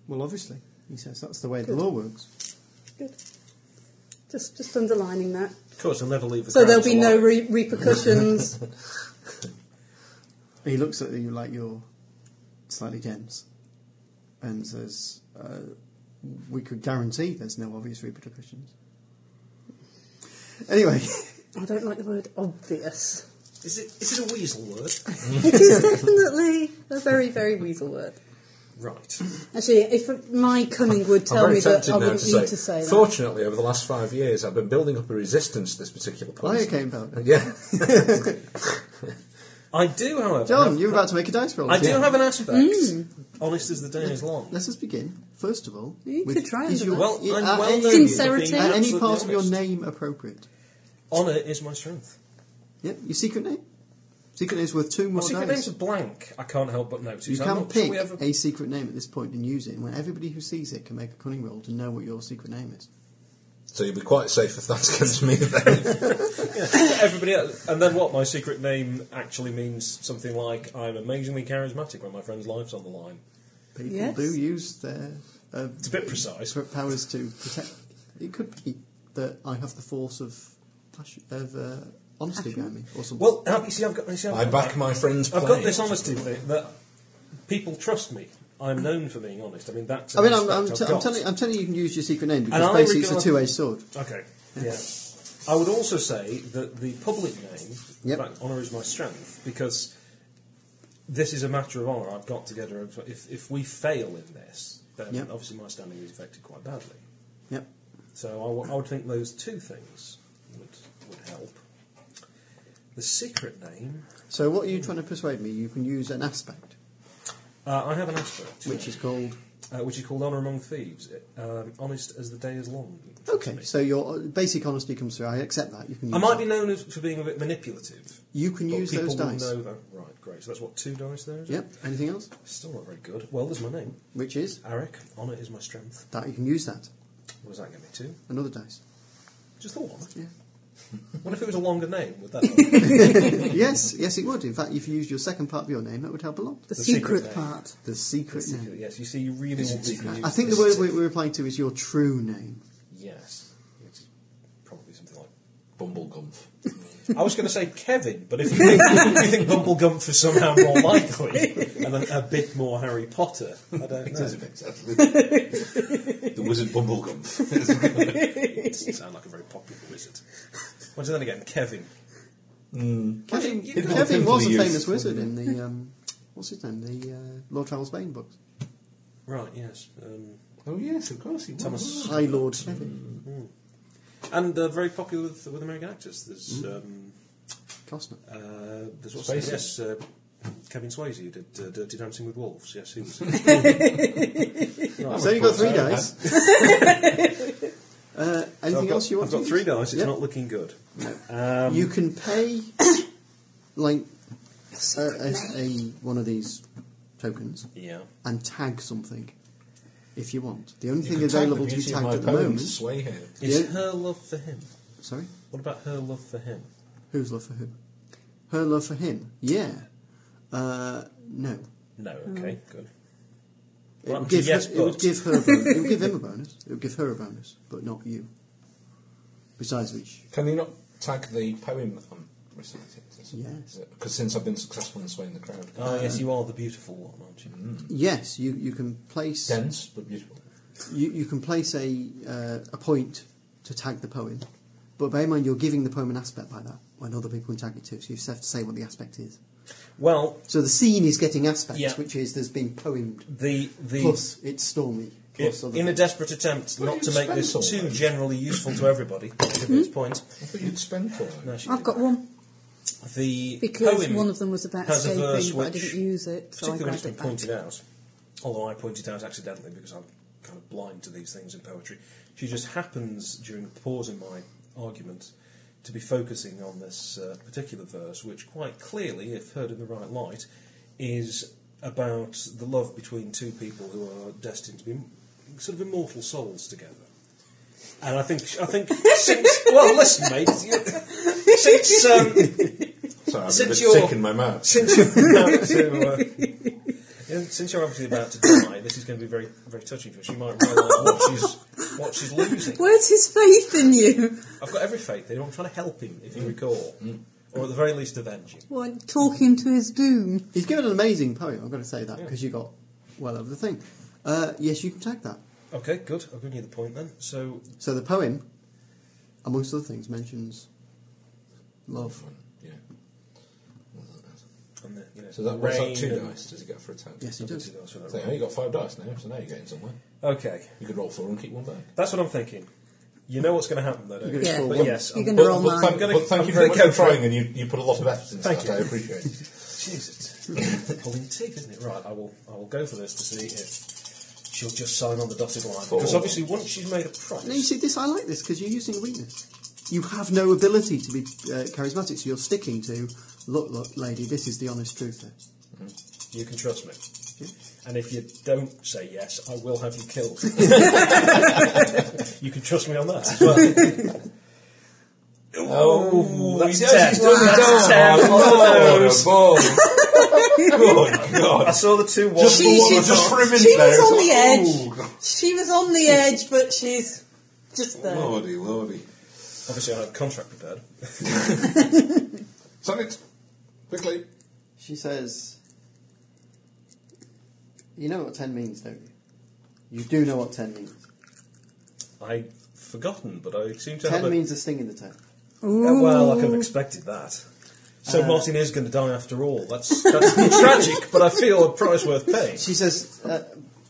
Well, obviously, he says that's the way
Good.
the law works.
Good. Just, just underlining that.
Of course, I'll never leave the
So there'll
grounds
be no
alive.
re- repercussions. [laughs]
He looks at you like you're slightly dense and says, uh, We could guarantee there's no obvious repercussions.
[laughs]
Anyway,
I don't like the word obvious.
Is it, is it a weasel
[laughs]
word?
It is definitely a very, very weasel word.
right.
Actually, if my cunning would tell me that I wouldn't need to say that.
Fortunately, over the last five years, I've been building up a resistance to this
Oh,
particular
why
place.
you came back?
[laughs] Yeah.
[laughs] I do, however.
John,
have-
you're about to make a dice roll.
I do
Yeah.
have an aspect.
Mm.
Honest as the day
[laughs]
is long.
Let us begin, first of all.
You
with-
could try and
is
do
your,
that.
Well,
i-
I'm
are
well
any-
known for being
Sincerity.
Are any
absolutely
part of your
honest.
name appropriate?
Honour is my strength.
Yeah, your secret name. Secret name's worth two
My
more
secret
dice.
name's a blank. I can't help but notice.
Oh, You
I'm
can
not sure
pick
we ever-
a secret name at this point and use it, and when everybody who sees it can make a cunning roll to know what your secret name is.
so you'll be quite safe if that's against me then.
to everybody else. And then what? My secret name actually means something like I'm amazingly charismatic when my friend's life's on the line.
People
Yes.
do use their uh,
It's a bit precise.
secret powers to protect. It could be that I have the force of passion, of uh, honesty behind me, or something.
Well, uh, you see, I've got. You see, I've
I
got-
back my friend's
I've got
plane. [laughs]
this honesty thing that people trust me. I'm known for being honest. I mean, that's.
I
an
mean, I'm,
aspect
I'm,
I've
t- I'm,
got.
telling, I'm telling you, you can use your secret name because
I
basically it's a
regard-
two-edged sword.
Okay. Yeah. I would also say that the public name,
Yep.
in fact, honour is my strength because this is a matter of honour. I've got together. If if we fail in this, then
Yep.
obviously my standing is affected quite badly.
Yep.
So I w- I would think those two things would, would help. The secret name,
So, what are you trying to persuade me? You can use an aspect,
uh, I have an aspect,
which is called
uh, which is called Honour Among Thieves, um, honest as the day is long.
Okay, so your uh, basic honesty comes through. I accept that. You can. Use
I might
that.
be known as, for being a bit manipulative.
You can
but
use
people
those
will
dice.
Know that. Right, great. So that's what two dice there is.
Yep. Anything else?
Still not very good. Well, there's my name,
Which is
Arik. Honour is my strength.
that you can use that
What does that get me to?
another dice.
Just the one.
Yeah.
What if it was a longer name? Would that? help?
yes, yes, it would. In fact, if you used your second part of your name, that would help a lot.
the,
The secret
secret,
name.
part.
The secret name.
yes. You see, you really want people to
I
use
think
this
the word
to-
we- we're applying to is your true name.
Yes. It's probably something like.
Bumblegump.
I was going to say Kevin, but if you think, if you think Bumblegump is somehow more likely, and then a bit more Harry Potter, I don't
It
know.
is a bit. actually. the wizard Bumblegump.
[laughs] It doesn't sound like a very popular wizard. Once then again, Kevin.
Kevin, Kevin
you know-
was a
Simply
famous
used.
wizard in
[laughs]
the um, what's his name? The uh, Lord Charles Bain books.
Right, yes. Um,
[laughs] oh, yes, of course he was.
Thomas.
High Lord Kevin
And uh, very popular with, with American actors. There's, um,
Costner.
uh, there's what's his name? Yes, uh, Kevin Swayze, who did uh, Dirty Dancing with Wolves. Yes, he was.
So you got three
Uh,
dice. uh,
[laughs]
anything
I've got,
else you want?
I've
to
got
use?
three dice, it's
Yep.
not um, looking good.
you can pay [coughs] like a, a, a one of these tokens
Yeah.
and tag something if you want. The only
You
thing
can tag
available
the
to be
beauty of
tagged
my
at the
poems,
moment.
Sway here.
Is
Yeah.
her love for him?
Sorry,
What about her love for him?
whose love for who? Her love for him. Yeah. Uh, no.
No, okay, good.
It
Well,
would, give
yes,
her, it would
but-
give her. A bonus. It would give
[laughs]
him a bonus. It would give her a bonus, but not you. Besides which,
Can you not tag the poem I'm reciting?
Yes. Uh,
Because since I've been successful in swaying the crowd.
Ah, yes, you are the beautiful one, aren't you?
yes, you, you can place
Dense, but beautiful.
you, you can place a uh, a point to tag the poem, but bear in mind you're giving the poem an aspect by that when other people can tag it too. So you just have to say what the aspect is.
Well,
So the scene is getting aspects,
Yeah.
which is there's been poemed.
the the
Plus, it's stormy. Plus other
in a
bits.
desperate attempt
What do
not
you
to make this
spend all
too
that?
generally useful to everybody, to its point,
I thought you'd spend for it.
no, she
I've
didn't.
got one
the
because
poem
one of them was about
has a verse
escaping, but I
which-
didn't use it, so I
particularly when
grabbed
it's been
it back.
pointed out, although I pointed out accidentally because I'm kind of blind to these things in poetry, she just happens during the pause in my argument to be focusing on this uh, particular verse, which quite clearly, if heard in the right light, is about the love between two people who are destined to be sort of immortal souls together. And I think,
[laughs]
I think, since, well, listen, mate, you- since um,
Sorry, I'm a
Since
bit
you're-
sick in my mouth.
since [laughs] you're about to, uh, you know, since you're obviously about to die, this is going to be very, very touching for her. She might realise what she's, what she's losing.
[laughs] Where's his faith in you?
I've got every faith in him. I'm trying to help him, if you recall, or at the very least avenge him.
What, talking to his doom.
He's given an amazing poem, I've got to say that, because you got well over the thing. Uh, yes, you can tag that.
Okay, good. I've given you the point then. So,
So the poem, amongst other things, mentions love.
Yeah.
and the, you know,
So that what's
rain
that two
and-
dice? Does he get for a ten?
Yes, he
I'll
does.
do those for that
So
round.
now you got five dice now, so now you're getting somewhere.
Okay,
You could roll four and keep one back.
that's what I'm thinking. You know what's going to happen, though, don't you?
You're gonna
Yeah.
score
But
one.
yes,
You're
[laughs]
I'm-
going to roll
but,
mine.
thank,
gonna-
but thank
I'm
you
very
very much for
careful.
trying, and you, you put a lot of effort into
Thank
that.
you.
I
[laughs]
appreciate it.
Jesus, the pulling teeth, isn't it? Right, I will, I will go for this to see if she'll just sign on the dotted line. Because
Four.
obviously, once she's made a promise,
No, you see, this I like this because you're using a weakness. You have no ability to be uh, charismatic, so you're sticking to look, look, lady. This is the honest truth. Here.
you can trust me. And if you don't say yes, I will have you killed. you can trust me on that as well. Oh, that's a ten. That's a ten.
Oh,
Oh,
[laughs]
I saw the two ones.
She- she-
Just for a minute
she was
there,
on the
it's
edge. She was on the edge, but she's just there.
Lordy, lordy.
Obviously, I had a contract prepared.
Sign it. Quickly.
She says, "You know what ten means, don't you? You do know what ten means.
I'd forgotten, but I seem to have
Ten
a...
means a sting in the tail.
Yeah, well, I could have expected that. So Martin is going to die after all. That's, that's tragic, but I feel a price worth
[laughs]
paying.
She says, uh,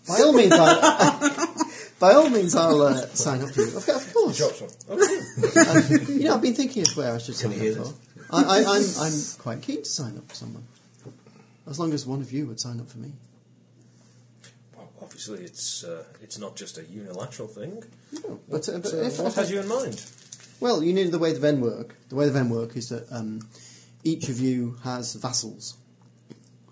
"By all means, I'll, [laughs] by all means, I'll uh, sign up for you. Of course, of course.
Drops one. Okay.
You know, I've been thinking of where I should sign
hear
up for. I, I, I'm, I'm quite keen to sign up for someone, as long as one of you would sign up for me.
Well, obviously, it's uh, it's not just a unilateral thing.
But, uh, but
So
if,
what had you in mind?
Well, you know the way the Ven work. The way the Ven work is that um, each of you has vassals,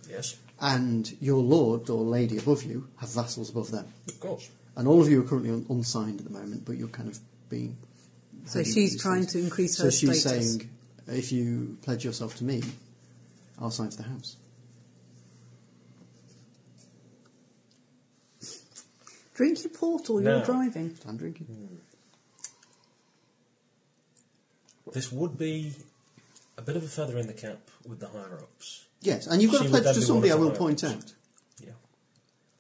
Yes,
and your lord or lady above you have vassals above them.
of course.
And all of you are currently un- unsigned at the moment, but you're kind of being.
So she's trying to increase
So
her
she's
status.
saying, if you pledge yourself to me, I'll sign for the house.
Drink your port or
No.
you're driving.
I'm drinking.
This would be a bit of a feather in the cap with the higher ups.
Yes, and you've got
She
to
would
pledge
then
to
be
somebody. I
one of
will
the
point
higher-ups.
out.
Yeah.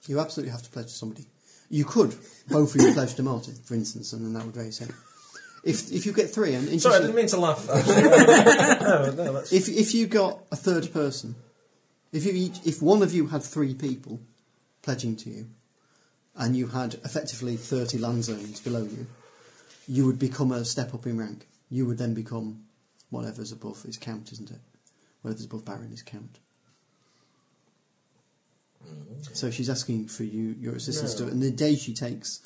You absolutely have to pledge to somebody. You could both of you pledge to Martin, for instance, and then that would raise him. If if you get three, and
Sorry, I
interestingly-
didn't mean to [laughs] laugh. actually. no, no, that's
If if you got a third person, if you each, if one of you had three people pledging to you, and you had effectively thirty land zones below you, you would become a step up in rank. You would then become whatever's above is count, isn't it? Whatever's above Baron is count. So she's asking for you your assistance to, and the day she takes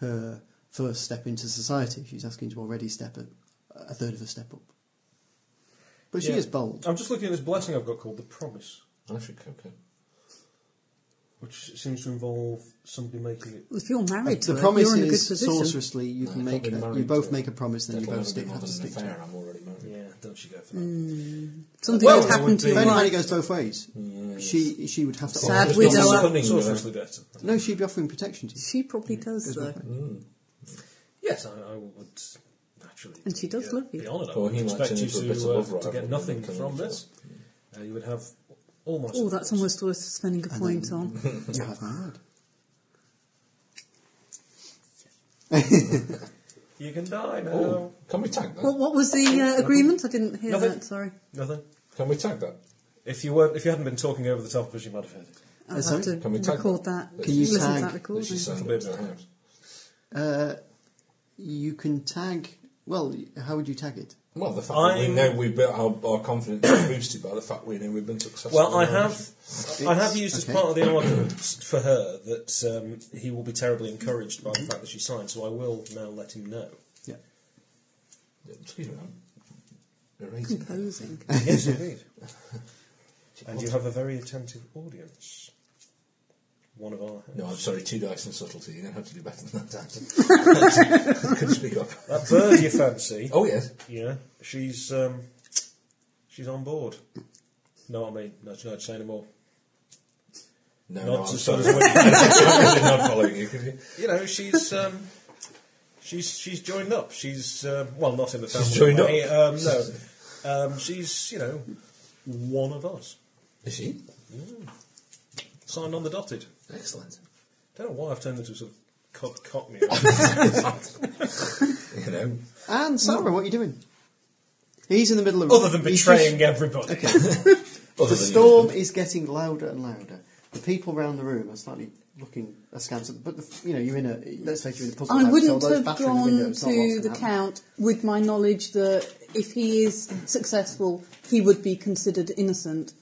her first step into society, she's asking to already step a, a third of a step up. But she
Yeah.
is bold.
I'm just looking at this blessing I've got called the Promise,
I should cook it.
which seems to involve somebody making it.
If you're married to
The
her,
promise
you're in a good
is
position.
sorcerously you can
I
make
can't be
a, you
married
both
to-
make a promise and then you
That'll
both
never
stick,
be
have to stick
more than an
to it.
affair. I'm already married.
Yeah, don't you go for that?
Mm. Something
Well,
would
it
happen
would
to
be-
your
Bear in mind it
wife.
goes both ways. She she would have to
Sad
offer-
widow. widower.
Stunning
It's also
with
actually better.
No, she'd be offering protection to you.
She probably does, though.
Yes, I, I would naturally.
And she does
yeah,
love you.
Be honoured. I
Well,
would
he might
expect
turn
you
into a
to,
bit of
uh,
love
to
rival
get
in
nothing
the
from
community.
this. Uh, you would have almost.
Oh, that's almost worth spending a point on.
You have my word.
You can die now.
Oh, can we tag that?
What, what was the uh, agreement? I didn't hear
Nothing.
that, sorry.
Nothing.
Can we tag that?
If you weren't, if you hadn't been talking over the top of us, you might have heard it.
I'll
sorry?
have to
Can we tag
record that.
Can you
listen to that
tag-
That she
recording?
signed up to the house.
You can tag. Well, how would you tag it?
Well, the fact that we
I'm-
know we've built our, our confidence is boosted by the fact we know we've been successful.
Well, I
in our
have, I have used
okay.
as part of the argument for her that um, he will be terribly encouraged by the fact that she signed. So I will now let him know.
Yeah.
mission. Excuse me, I'm erasing.
Composing.
Yes, indeed. and you have a very attentive audience. One of our.
No, I'm sorry, two dice and subtlety. You're going to have to do better than that, [laughs] Dan. Could speak up.
That bird
[laughs]
you fancy,
Oh, yes.
yeah, she's um, she's on board. No, I mean, no, no, say no more.
No,
Not
no, I'm
as
sorry.
soon as we-
[laughs] I'm really not following you. Could you?
you know, she's um, she's she's joined up. She's um, well, not in the family.
joined
way.
up.
Um, no, um, she's you know one of us.
Is she?
Signed on the dotted.
Excellent.
Don't know why I've turned into sort of cock cockney.
You know,
And Sarah, what are you doing? He's in the middle of.
[laughs] Other than
he's just-
betraying everybody.
other
The
than
storm is getting louder and louder. The people round the room are slightly looking askance. At, but the, you know, you're in a let's say you're in a puzzle.
I
house,
wouldn't
so those
have
battering
gone
windows, not lots
to
can
the
happen.
count with my knowledge that if he is successful, he would be considered innocent.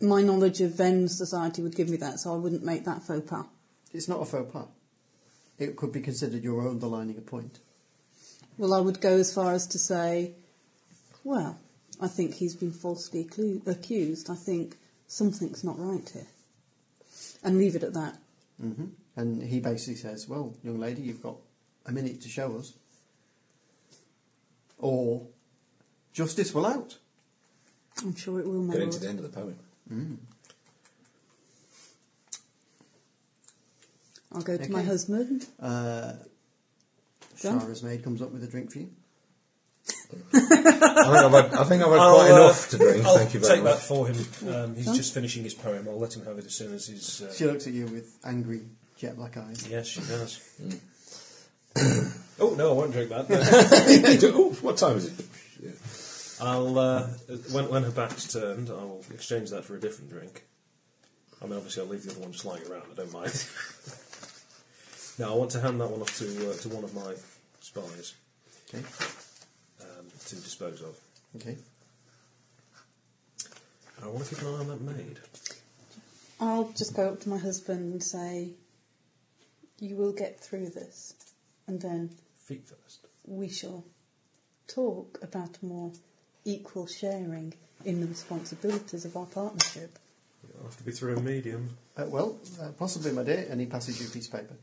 My knowledge of Venn society would give me that, so I wouldn't make that faux pas.
It's not a faux pas. It could be considered you're underlining a point.
Well, I would go as far as to say, well, I think he's been falsely accu- accused. I think something's not right here. And leave it at that.
And he basically says, "Well, young lady, you've got a minute to show us, or justice will out."
I'm sure it will, my
getting to the
lord.
end of the poem.
I'll go to my
Okay.
husband.
Uh,
Done.
Shara's maid comes up with a drink for you.
I think I've had, I think I've had
I'll,
quite
uh,
enough to drink.
I'll
Thank you very
take
much.
that for him. Um, he's just finishing his poem. I'll let him have it as soon as he's.
She
Uh,
looks at you with angry jet black eyes.
yes, she does.
Hmm.
oh no, I won't drink that.
[laughs]
No.
oh, what time is it?
I'll uh, when when her back's turned, I will exchange that for a different drink. I mean, obviously, I'll leave the other one just lying around. I don't mind. [laughs] now, I want to hand that one off to uh, to one of my spies
Okay,
um, to dispose of.
okay.
And I want to keep an eye on that maid.
I'll just go up to my husband and say, You will get through this, and then
Feet first.
we shall talk about more equal sharing in the responsibilities of our partnership.
It'll have to be through a medium.
Uh, well, uh, possibly, my dear. And he passes you a piece of paper.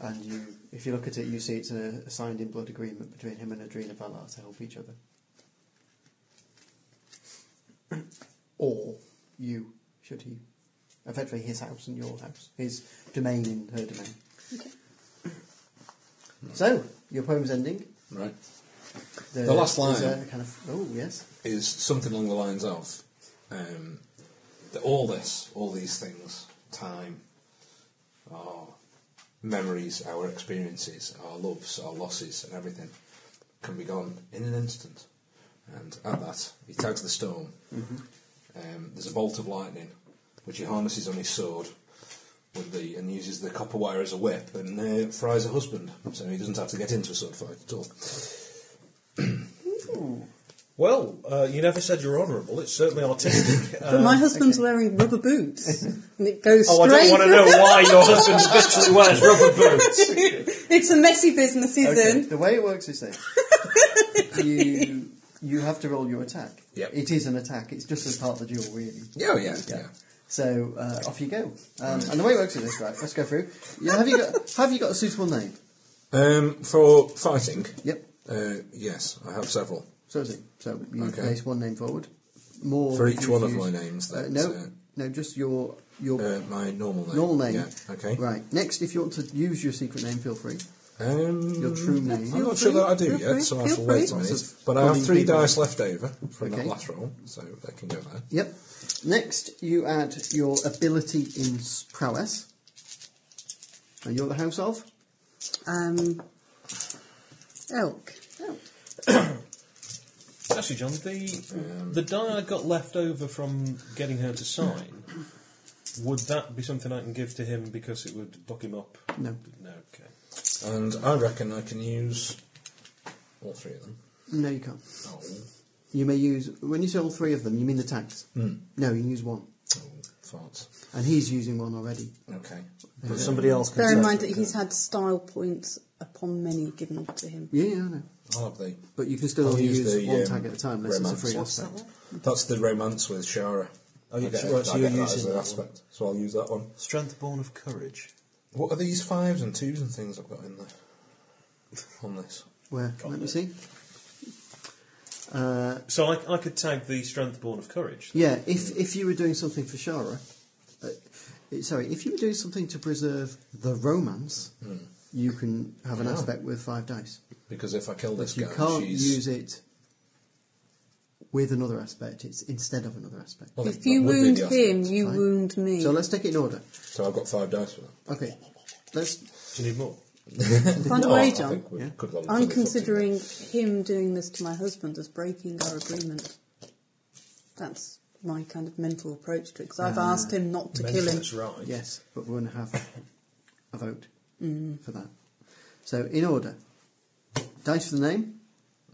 And you, if you look at it, you see it's a, a signed in blood agreement between him and Adrena Valar to help each other. [clears throat] or you, should he. Effectively, his house and your house. His domain and her domain. So, your poem's ending.
Right.
There
The last
is
line.
a kind of, oh, yes.
Is something along the lines of um, that all this, all these things, time, our memories, our experiences, our loves, our losses, and everything can be gone in an instant. And at that, he tags the storm. Um, there's a bolt of lightning which he harnesses on his sword with the, and uses the copper wire as a whip and uh, fries her husband, so he doesn't have to get into a sword fight at all.
Well, uh, you never said you're honourable. It's certainly [laughs] artistic. Uh,
But my husband's wearing rubber boots, and it goes
[laughs] oh, I
straight.
don't want to know why your husband habitually wears rubber boots.
[laughs] it's a messy business, he's
Okay,
in.
The way it works is this:
[laughs]
you you have to roll your attack.
Yep.
It is an attack. It's just as part of the duel, really.
Yeah, oh, yeah, yeah.
So uh, off you go. Um, and the way it works is this, right? Let's go through. Yeah, have you got have you got a suitable name?
Um, for fighting,
Yep.
uh, yes, I have several.
So is it. So you
Okay.
place one name forward. More
For each
you've
one of
used-
my names,
Uh,
that's,
no,
uh,
no, just your your
Uh, my normal name.
normal name.
Yeah, okay.
Right. Next, if you want to use your secret name, feel free.
Um,
Your true name.
I'm
Feel
not sure that I do
free,
yet,
feel
so I
free,
shall
feel
wait
free.
on
Lots
it.
of
But I have
cunning
three
people.
dice left over from that
Okay.
last roll, so they can go there.
Yep. Next, you add your ability in s- prowess. And you're the house of?
Um, elk.
Actually, John, the the die I got left over from getting her to sign Would that be something I can give to him because it would buck him up?
No.
No, okay.
And I reckon I can use all three of them.
No, you can't.
Oh.
You may use when you say all three of them. You mean the tags?
Hmm.
No, you can use one,
Oh, farts.
and he's using one already.
Okay. Um,
But somebody else can
Bear in
set
mind
it.
that he's had style points upon many given to him.
Yeah, yeah, I know.
I'll have the.
But you can still
I'll
only
use
use,
the,
one
um,
tag at a time. Unless it's a
romance.
free
What's
aspect.
That's the romance with Shara.
Oh, you-
I get,
right, so
I
you're
get that as
using
an
that
aspect. So I'll use that one.
Strength born of courage.
What are these fives and twos and things I've got in there? [laughs] On this.
Where?
Got
Let me
it.
see. Uh,
So I, I could tag the strength born of courage.
yeah, if if you were doing something for Shara, uh, eh, sorry, if you were doing something to preserve the romance, you can have an
Hmm. Yeah.
aspect with five dice.
Because if I kill this
But you
guy,
can't
she's.
use it with another aspect. It's instead of another aspect.
Well,
If
that
you
would be
wound
the
him,
aspect.
you
Fine.
wound me.
So let's take it in order.
So I've got five dice for that.
Okay, let's
Do you need more?
By the
No, I
way,
think
John,
we
Yeah.
could have done
I'm
it up to
considering him doing this to my husband as breaking our agreement. That's my kind of mental approach to it, because I've asked him not to kill him.
That's right.
Yes, but we're going to have a vote
Mm.
for that. So, in order, dice for the name.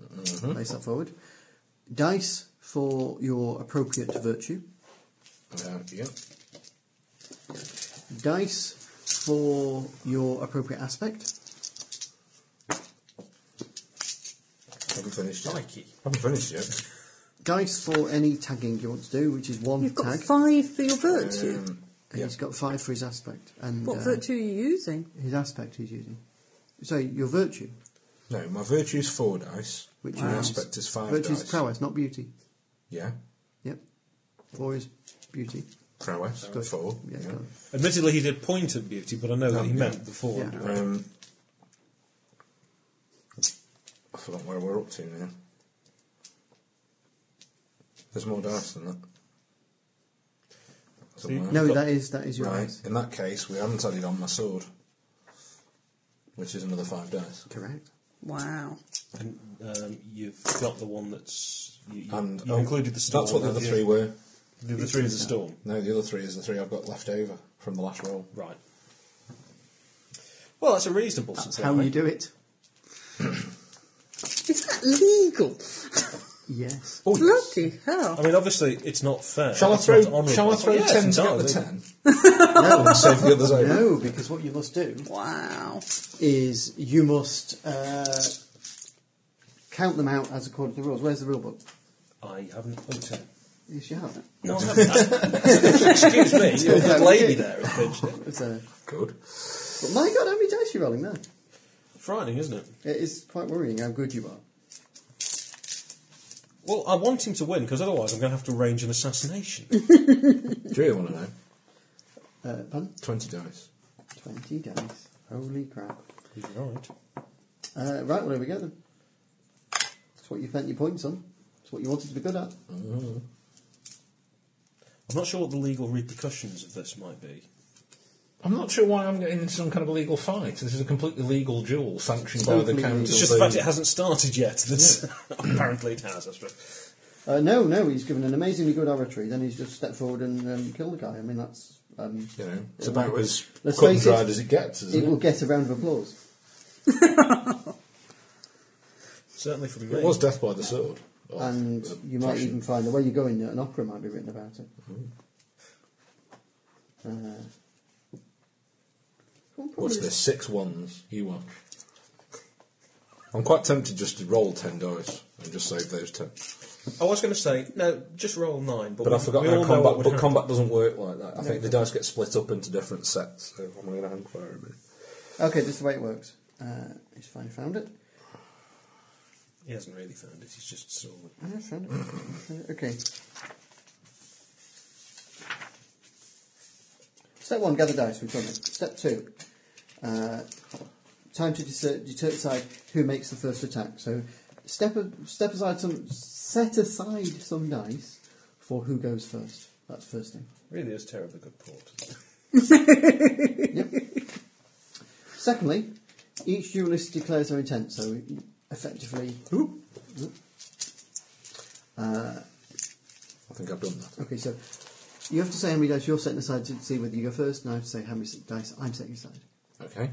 Mm-hmm.
Place that forward. Dice for your appropriate virtue.
Uh, yeah.
Dice for your appropriate aspect.
Haven't finished yet.
Crikey.
Haven't finished yet.
Dice for any tagging you want to do, which is one
You've got
tag.
five for your virtue.
Um,
and He's got five for his aspect. And
what
uh,
virtue are you using?
His aspect he's using. So, your virtue.
no, my virtue's four dice.
Which
my
is-
aspect is five
virtue is
dice.
prowess, not beauty.
Yeah.
Yep. Four is beauty.
Prowess.
Good.
Four.
Yeah,
yeah.
good.
Admittedly, he did point at beauty, but I know that he
yeah.
meant the four.
Yeah.
Um, I forgot where we're up to now. There's more dice than that. Somewhere.
No, that is that is your
right.
dice.
In that case, we haven't added on my sword, which is another five dice.
Correct.
Wow.
And um, you've got the one that's. You, you,
And
you
oh,
included the storm.
That's what the other
haven't
three
you?
were.
The other three is the storm.
No, the other three is the three I've got left over from the last roll.
Right. Well, that's a reasonable
That's
suggestion.
how you do it.
Is that legal?
Yes.
Oh, yes.
Bloody hell.
I mean, obviously, it's not fair.
Shall I
It's not
throw?
honourable.
Shall I throw
Yes,
ten
it
to get the
does. [laughs]
ten?
No,
Save the others over.
no, because what you must do
Wow.
is you must uh, count them out as according to the rules. Where's the rule book?
I haven't looked at it.
Yes, you have.
No, I haven't. [laughs]
[laughs]
Excuse me, you're a good lady there. who pinched it.
It's a,
Good.
but my God, how many dice are you rolling there?
Frightening, isn't it?
It is quite worrying how good you are.
Well, I want him to win because otherwise I'm going to have to arrange an
[laughs]
assassination.
Do you want to know?
Uh, pardon?
Twenty dice.
Twenty dice. Holy crap!
He's right.
Uh, right, well here we go then. That's what you spent your points on. It's what you wanted to be good at.
I'm not sure what the legal repercussions of this might be.
I'm not sure why I'm getting into some kind of a legal fight. This is a completely legal duel sanctioned by the
Totally
council.
legal.
It's just the fact it hasn't started yet. That's [laughs] apparently it has. I suppose.
Uh, no, no, he's given an amazingly good oratory. Then he's just stepped forward and um, killed the guy. I mean, that's um,
You know, it's about as
Let's
cut and
face it,
dried as it gets,
it
isn't it?
will get a round of applause.
Certainly for me.
It was death by the sword. Or
And
the
you might
passion.
even find the way you go in an opera might be written about it. Uh, well,
What's
probably-
this? Six ones. You watch. I'm quite tempted just to roll ten dice and just save those ten.
I was going to say no, just roll nine. But,
But
we,
I forgot
we
how
all know what would
combat. But
happen.
combat doesn't work like that. I think the dice get split up into different sets. So I'm going to hang fire a bit.
Okay, this is the way it works. Uh, he's finally found it.
He hasn't really found it. He's just sort of.
I have found it. Found it. [laughs] Okay. Step one, gather dice. We've done it. Step two, uh, time to dis- decide who makes the first attack. So, step a- step aside some, set aside some dice for who goes first. That's first thing.
Really is terribly good port.
Secondly, each duelist declares their intent. So, effectively,
I think I've done that.
Okay, so You have to say how many dice you're setting aside to see whether you go first, and I have to say how many dice I'm setting aside.
Okay.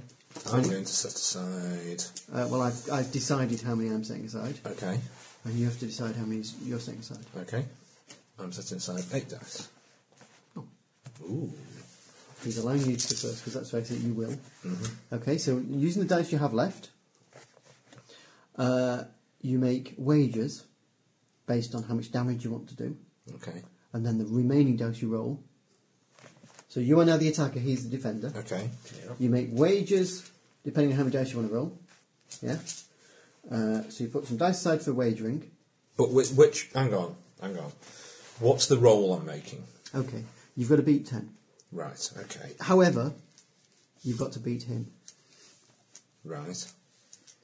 I'm going to set aside.
Uh, well, I've, I've decided how many I'm setting aside,
Okay.
and you have to decide how many you're setting aside.
Okay. I'm setting aside eight dice. Ooh.
He's allowing you to go first because that's right, you will. Okay, so using the dice you have left, uh, you make wages based on how much damage you want to do,
Okay.
and then the remaining dice you roll. So you are now the attacker, he's the defender.
Okay.
You make wages depending on how many dice you want to roll. Yeah? Uh, so you put some dice aside for wagering.
But which, which? Hang on. Hang on. What's the roll I'm making?
Okay, you've got to beat 10.
Right. Okay.
However, you've got to beat him.
Right.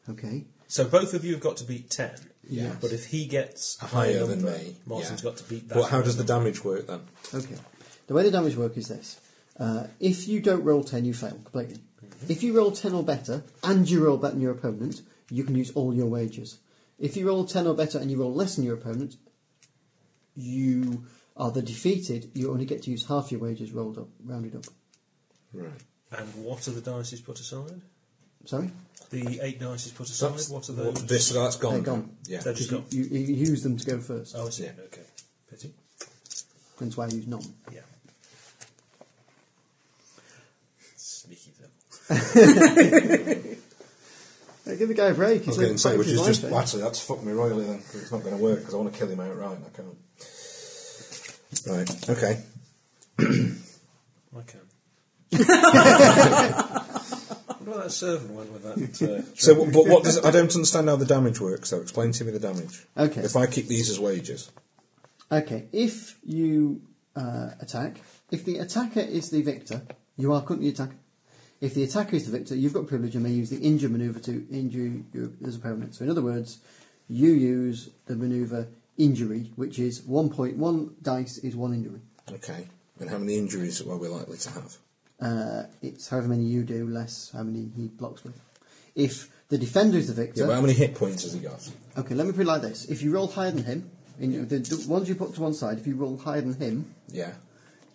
Okay?
So both of you have got to beat ten.
Yeah.
But if he gets a higher,
Higher than
number,
me.
Martin's
yeah.
got to beat that.
Well, how does the
number.
damage work then?
Okay. The way the damage work is this. Uh, if you don't roll 10, you fail completely. If you roll 10 or better, and you roll better than your opponent, you can use all your wages. If you roll 10 or better and you roll less than your opponent, you are the defeated. You only get to use half your wages rolled up, rounded up.
Right.
And what are the dice he's put aside?
Sorry?
The eight dice he's put aside.
That's-
what are those?
This, that's gone.
They're
then.
gone.
Yeah.
They're just gone.
You, you use them to go first.
Oh, I see.
Yeah.
Okay. Pity.
That's why I use none.
Yeah. Sneaky devil.
Hey, give the guy a break.
I
He's
was going
living
to say,
back
which
his
is
life,
just
eh?
actually that's fucked me royally then. 'cause It's not going to work because I want to kill him outright. and I can't. Right. Okay.
I can.
[laughs]
what about that servant went with that? Uh,
So, wh- but what does I don't understand how the damage works. though. explain to me the damage.
Okay.
If I keep these as wages,
Okay, if you uh, attack, if the attacker is the victor, you are currently the attacker. If the attacker is the victor, you've got privilege and may use the injure maneuver to injure your his opponent. So, in other words, you use the maneuver injury, which is one point one dice is one injury.
okay. And how many injuries are we likely to have?
Uh, it's however many you do, less how many he blocks with. If the defender is the victor,
Yeah, but how many hit points has he got?
okay, let me put it like this: if you roll higher than him, in the, the ones you put to one side, if you roll higher than him,
Yeah,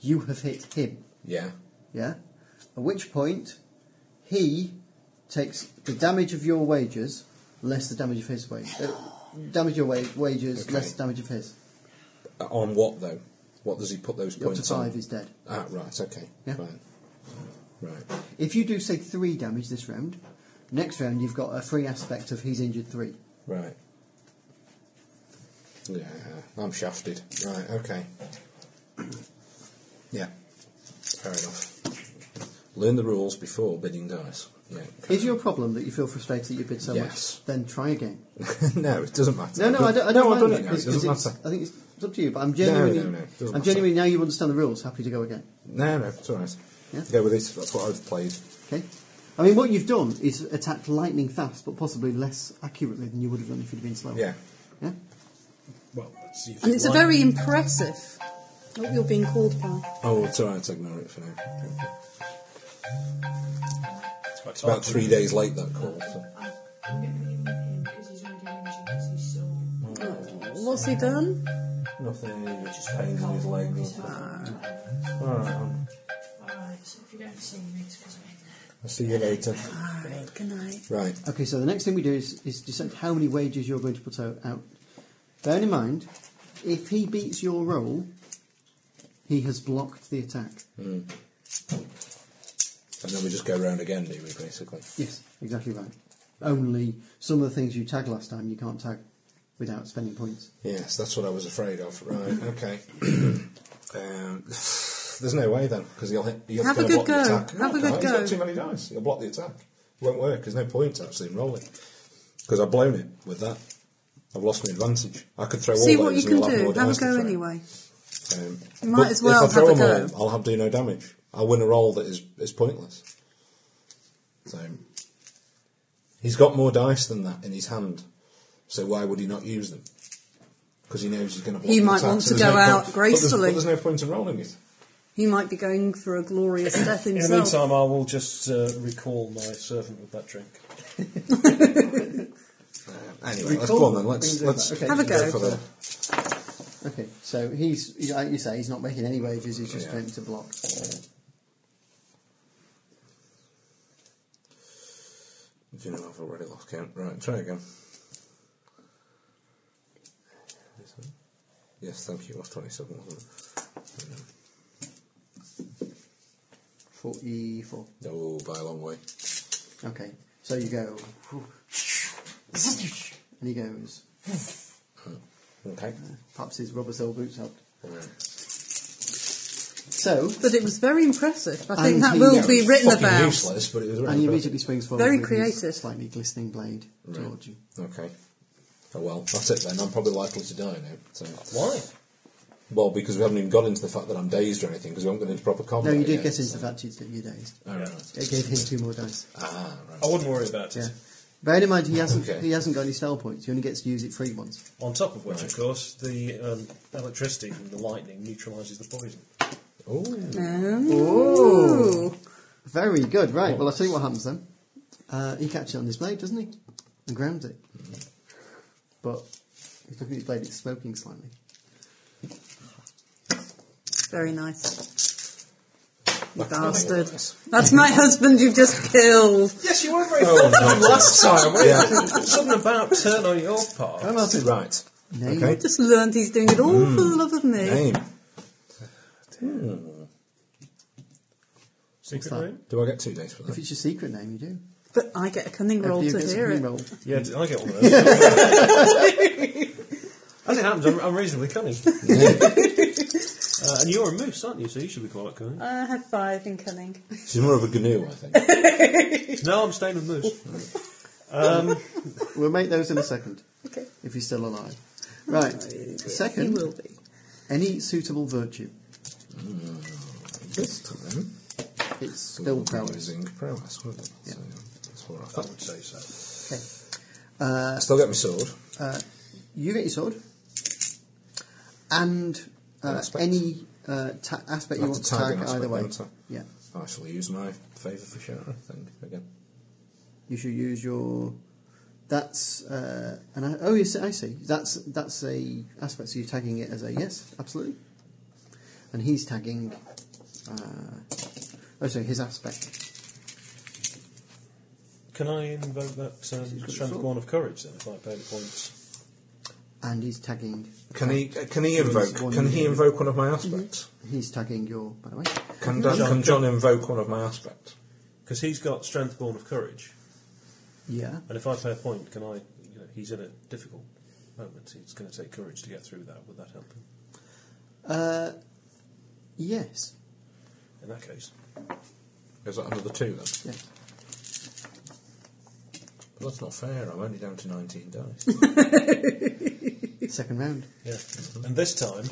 you have hit him.
yeah,
Yeah? At which point, he takes the damage of your wages less the damage of his wage. Uh, damage your wa- wages
Okay.
less the damage of his.
Uh, On what though? What does he put those
Up
points
to five
on?
is dead.
Ah, right, okay,
Yeah.
fine, right,
If you do, say, three damage this round, next round you've got a free aspect of he's injured three.
right. Yeah, I'm shafted. Right, okay. [clears throat] Yeah, fair enough. Learn the rules before bidding dice. Yeah. [laughs]
Is your problem that you feel frustrated that you bid so
Yes.
much? Then try again.
no, it doesn't matter.
No, no, I don't, I don't
no,
mind
I've done
that,
it now. It
because-
doesn't
because
matter.
it's- I think it's, it's up to you, but I'm genuinely,
no, no, it doesn't
I'm
matter.
genuinely now you understand the rules, happy to go again.
No, no, it's all right.
Yeah?
Go with it. That's what I've played.
Okay. I mean, what you've done is attacked lightning fast, but possibly less accurately than you would have done if you'd been slower.
Yeah.
Yeah.
well, that's usually
And it's a
one.
very impressive. What you're being called upon.
Oh, it's all right. Ignore it for now.
It's quite
It's about three days late that call. So.
What's he done?
Nothing. Just pains in his leg. All right. I'll see you later.
Alright, good night.
Right.
Okay, so the next thing we do is, is decide how many wages you're going to put out. out. Bearing in mind, if he beats your roll, he has blocked the attack.
And then we just go round again, do we? Basically.
Yes, exactly right. Only some of the things you tagged last time you can't tag without spending points.
Yes, that's what I was afraid of. Right. Okay. um, there's no way then because he'll hit. He'll
Have a
kinda
good
block the
go.
attack.
Have a
no,
good
he's
go.
got too many dice. He'll block the attack. It won't work. There's no point actually in rolling because I've blown it with that. I've lost my advantage. I could throw
See
all
what you
those
can
and he'll have
do.
more
Have a
dice to
go
throw.
anyway.
Um,
You might
but
as well
if I throw
have a
them
go.
All, I'll have do no damage. I'll win a roll that is, is pointless. So he's got more dice than that in his hand. So why would he not use them? Because he knows he's going to.
He might want to go out gracefully.
But there's, no point in rolling it.
He might be going for a glorious death
In the
himself.
meantime, I will just uh, recall my servant with that drink.
Anyway, let's
Recall
go on then.
them.
Let's
Bring them
let's
back. Okay.
Have a go.
for the
Okay, so he's, he- like you say, he's not making any wages, he's just
Yeah.
going to block.
If you know, I've already lost count. Right, try again. This one? Yes, thank you. It was 27, wasn't it?
44.
No, by a long way.
Okay, so you go. And he goes.
Okay.
Perhaps his rubber sole boots helped.
Right.
So,
But it was very impressive. I think
And
that
he-
will
Yeah,
be written
Fucking
about.
useless, but it was
and
right.
he immediately swings forward.
Very
with his
creative.
Slightly glistening blade towards you.
Okay. Oh well, that's it then. I'm probably likely to die now. So.
Why?
Well, because we haven't even got into the fact that I'm dazed or anything, because we haven't got into proper
No,
combat.
you did
yet.
get into the fact that you're dazed.
Oh, right.
It gave him two more dice.
Ah, right.
I wouldn't worry about it.
Yeah. Bear in mind, he hasn't
Okay.
he hasn't got any style points. He only gets to use it three once.
On top of which, of course, the um, electricity from the lightning neutralises the poison. [laughs]
Oh.
Very good. Right. Well, I'll tell you what happens then. Uh, he catches it on his blade, doesn't he? And grounds it. But he's looking at his blade. It's smoking slightly.
Very nice. You
That's not
bastard.
nice.
That's my husband you've just killed.
Yes, you were very fond of him last time. weren't you? Oh.
[laughs]
Something about turn on your part.
Oh, well, so-
Right.
Name.
Okay.
Just learned he's doing it all for the love of me.
Name.
Secret
that?
room?
Do I get two days for
If
that?
it's your secret name, you do.
But I get a cunning roll to
Everybody gets a
hear it.
green roll.
Yeah, did I get one of those? As it happens, I'm, I'm reasonably cunning. Uh, and you're a moose, aren't you? So you should be quite cunning.
I had five in cunning.
She's more of a gnu,
[laughs]
I think.
No, I'm staying with moose.
We'll make those in a second.
Okay.
If he's still alive. Right.
He
Second,
will be.
any suitable virtue.
this time,
It's
Bill
build powers.
Zinc prowess, wasn't it? So, that's what I thought.
would say so.
Okay.
I still get my sword.
You get your sword. And uh,
Aspect.
any uh, ta- aspect
I'll
you
have
want
to
to
tag an
tag
aspect,
either way.
don't I?
Yeah.
I shall use my favour for sure, I think, again.
You should use your. That's uh, and I, oh yes, I see. That's that's a aspect. So you're tagging it as a yes, absolutely. And he's tagging. Uh, oh, sorry, his aspect.
Can I invoke that um, Transborn of Courage then, if I pay the points?
And he's tagging.
Can he, uh, can he
He's
invoke,
one
can he
here.
invoke one of my aspects?
He's tagging your. By the way,
Can, Dan,
John-
can John invoke one of my aspects?
Because he's got Strength Born of Courage.
yeah.
And if I pay a point, can I? You know, he's in a difficult moment. It's going to take courage to get through that. Would that help him?
Uh, yes.
In that case,
Is that another two then?
Yeah.
Well, that's not fair. I'm only down to 19 dice.
Second round.
yeah. And this time,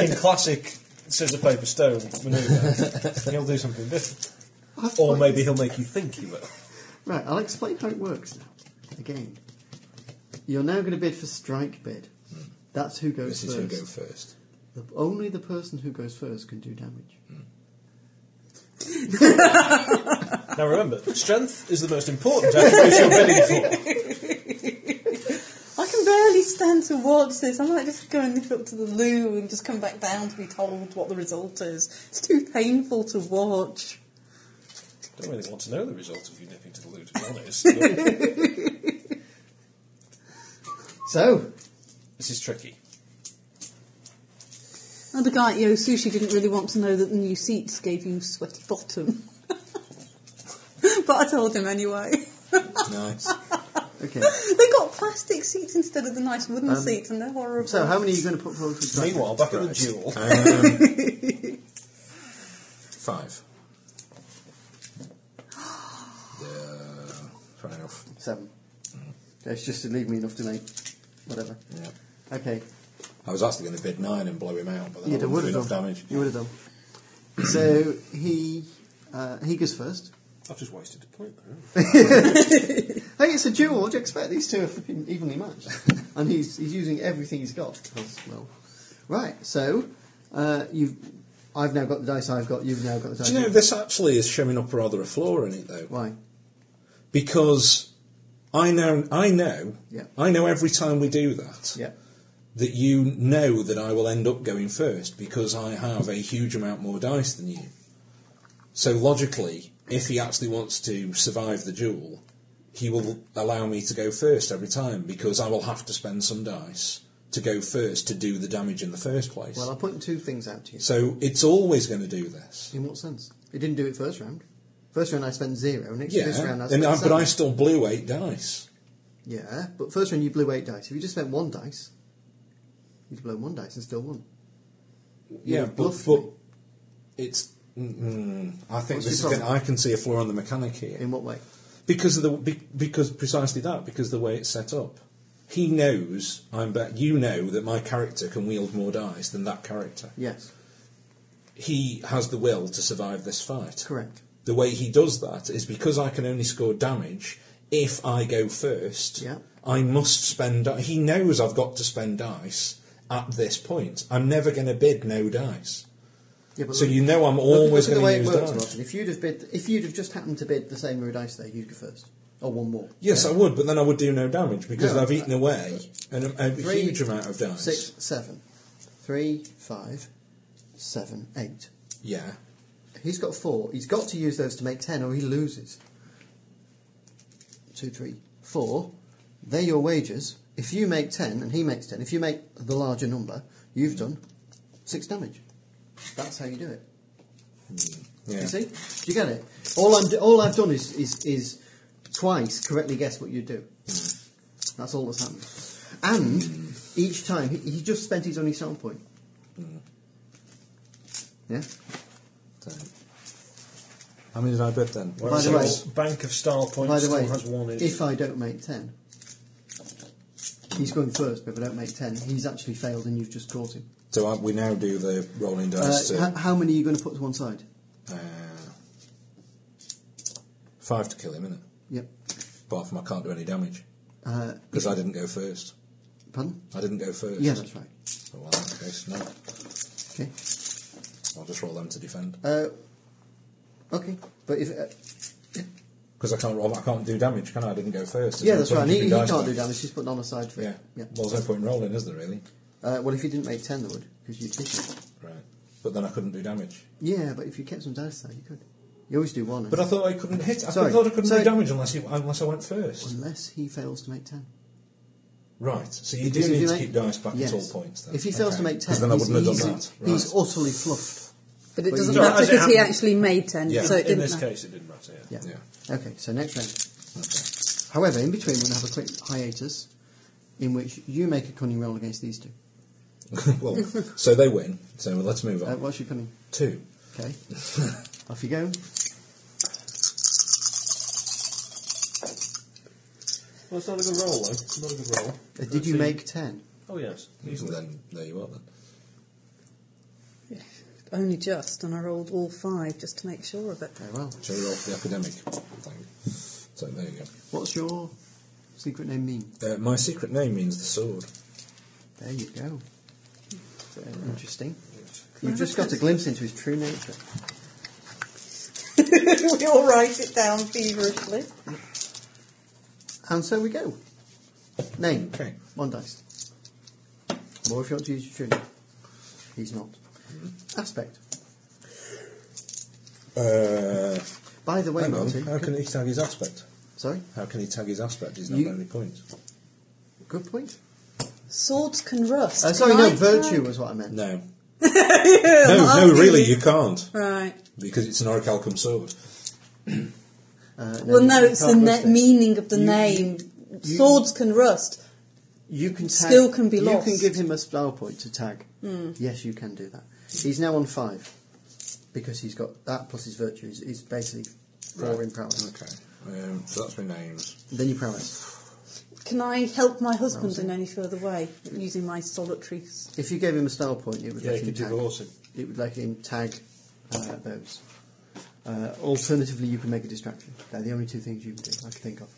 in classic scissor paper stone manoeuvre, he'll do something different, or maybe he'll make you think he will.
Right, I'll explain how it works now. Again, you're now going to bid for strike bid. That's who goes
[laughs] this is who
first.
go first.
The, only the person who goes first can do damage.
Now remember, strength is the most important attribute you're bidding for.
I can barely stand to watch this. I might just go and nip up to the loo and just come back down to be told what the result is. It's too painful to watch.
Don't really want to know the result of you nipping to the loo, to be honest. but
So,
this is tricky.
And the guy at Yo Sushi didn't really want to know that the new seats gave you sweaty bottom. [laughs] but I told him anyway. [laughs]
Nice.
okay.
they got plastic seats instead of the nice wooden
Um,
seats, and they're horrible.
so, how many are you going to put forward for strike?
Meanwhile, back in the
[laughs]
duel,
Um, five. Yeah, fair enough.
Seven. It's just to leave me enough to make whatever.
Yeah.
Okay.
I was actually going to bid nine and blow him out, but then
You
I
would
wouldn't do
have
enough
done.
damage.
You would have done. so he uh, he goes first.
I've just wasted a point there. haven't
Hey, it's a duel. What do you expect? These two are flipping evenly
[laughs]
matched, and he's he's using everything he's got as well. Right. So uh, you've I've now got the dice. I've got you've now got the dice.
Do you know, this actually is showing up rather a flaw in it, though.
Why?
Because I know, I know,
Yeah.
I know every time we do that,
Yeah.
that you know that I will end up going first because I have a huge amount more dice than you. So logically, if he actually wants to survive the duel, he will allow me to go first every time because I will have to spend some dice to go first to do the damage in the first place.
Well, I'll point two things out to you.
so it's always going to do this.
In what sense? It didn't do it first round. First round I spent zero. Next
Yeah,
this round I spent
and I,
seven.
but I still blew eight dice.
Yeah, but first round you blew eight dice. If you just spent one dice, you'd blown one dice and still won.
Yeah,
have
but,
bluffed
but
me.
it's. mm, Mm, I think
What's
this is
your
gonna,
problem?
I can see a flaw in the mechanic here
In what way?
because of the be- because precisely that because the way it's set up. He knows I'm bet you know that my character can wield more dice than that character.
Yes,
He has the will to survive this fight.
correct.
The way he does that is because I can only score damage if I go first.
Yeah.
I must spend. Di- he knows I've got to spend dice at this point. I'm never going to bid no dice.
Yeah, but
So
look-
you know I'm
look at-
always
look at the way
going
it
to use
works,
dice.
Martin. If you'd have bid, if you'd have just happened to bid the same row of dice there, you'd go first or one more.
Yes, I would, but then I would do no damage because
No,
I've
I-
eaten away an, a huge amount of dice.
Six, seven, three, five, seven, eight.
Yeah.
He's got four. He's got to use those to make ten, or he loses. Two, three, four. They're your wages. If you make ten and he makes ten, if you make the larger number, you've done six damage. That's how you do it.
Yeah.
You see? Do you get it? All I'm do- all I've done is, is is twice correctly guess what you do. That's all that's happened. And each time he, he just spent his only sound point. Yeah.
So- How many did I bet then?
Whereas
the way-
your bank of star points
By the
still
way,
has one in it.
if I don't make ten, he's going first. But if I don't make ten, he's actually failed, and you've just caught him.
So I, we now do the rolling
Uh,
dice
h- how many are you going to put to one side?
to. Uh, five to kill him, isn't it?
Yep.
Apart from I can't do any damage
Uh,
because I didn't go first.
pardon?
I didn't go first.
Yeah, that's right.
So well, in that case, no.
Okay.
I'll just roll them to defend
Uh, okay. But if uh,
because I can't roll. I can't do damage, can I? I didn't go first. There's
yeah,
no
that's
point
right.
in
He, he
keeping dice
can't do
down.
damage. He's put on a side for
Yeah.
it. Yeah.
Well, there's no point in rolling, is there really?
Uh, well, if you didn't make ten, there would because you did. it.
Right. But then I couldn't do damage.
Yeah, but if you kept some dice there, you could. You always do one.
But I thought I couldn't hit. I
Sorry.
thought I couldn't
Sorry.
do damage unless you, unless I went first.
unless he fails to make ten.
Right. So you do
Because if
need
you
to
make-
keep dice back
yes.
at all points. Then.
If he fails
Okay.
to make ten,
'Cause then I
he's,
wouldn't have
he's,
done that. Right.
he's utterly fluffed.
But it
But
doesn't
you-
matter
As it
because he
happened-
actually made 10,
Yeah.
so it
in
didn't
this
matter.
case, it didn't matter. Yeah.
Yeah.
Yeah.
Okay, so next round.
okay.
However, in between, we're going to have a quick hiatus in which you make a cunning roll against these two.
well, [laughs] so they win. So let's move
Uh,
on.
what's your cunning?
Two. [laughs]
Okay. Off you go. Uh,
Well, it's not a good roll, though. Not a good roll.
Uh, did you make 10?
Oh, yes.
Well, then there you are. Then.
Only just, and I rolled all five just to make sure
[laughs]
of it.
Very Oh, well.
Shall we roll for the academic thing? So there you go.
What's your secret name mean?
Uh, my secret name means the sword.
There you go. Very interesting.
Can I
You've just
have
got a glimpse into his true nature.
we all write it down feverishly.
And so we go. Name.
Okay.
One dice. More if you want to use your true name. He's not. Aspect.
Uh,
By the way,
hang on.
Martin.
How can he tag his aspect?
Sorry?
How can he tag his aspect? He's not
You-
got any points.
Good point.
Swords can rust.
Uh, sorry,
Can
no,
I
virtue was what I meant.
No.
tag- [laughs]
No,
[laughs]
I'll
no,
give
really,
you-
you can't
Right.
because it's an orichalcum sword.
Uh,
Well,
you
no,
can't
it's the
rust
ne-
it.
meaning of the
You-
name.
you-
Swords can rust.
You can tag,
Skill can be lost. Hmm.
You can give him a spell point to tag. Yes, you can do that. He's now on five because he's got that plus his virtue is, is basically four
Right.
in prowess.
Okay. Um, so that's my names.
Then you prowess.
Can I help my husband in any further way using my solitary? s-
If you gave him a spell point, it would
Yeah,
let
you
him
could
tag.
divorce him.
It would let him tag uh, those. Uh, alternatively, you can make a distraction. They're the only two things you can do. I can think of.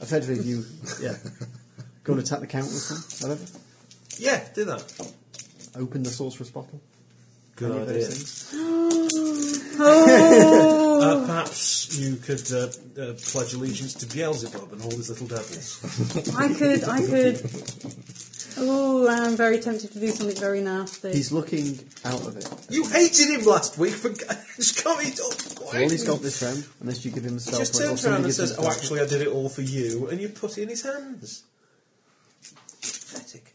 Effectively, you yeah, [laughs] go and attack the count with them, whatever.
Yeah, do that.
Open the sorcerer's bottle.
Good
any of those
idea.
things. Oh.
Uh, perhaps you could uh, uh, pledge allegiance to Beelzebub and all his little devils.
I could, I could. Ooh, Oh, I'm very tempted to do something very nasty.
He's looking out of it.
You hated him last week [laughs] for just coming up.
All he's got this round, unless you give him a spell
just
point or
turns
somebody
around and
gives him
says,
a
"Oh,
spell
actually, I did it all for you," and you put it in his hands. Pathetic.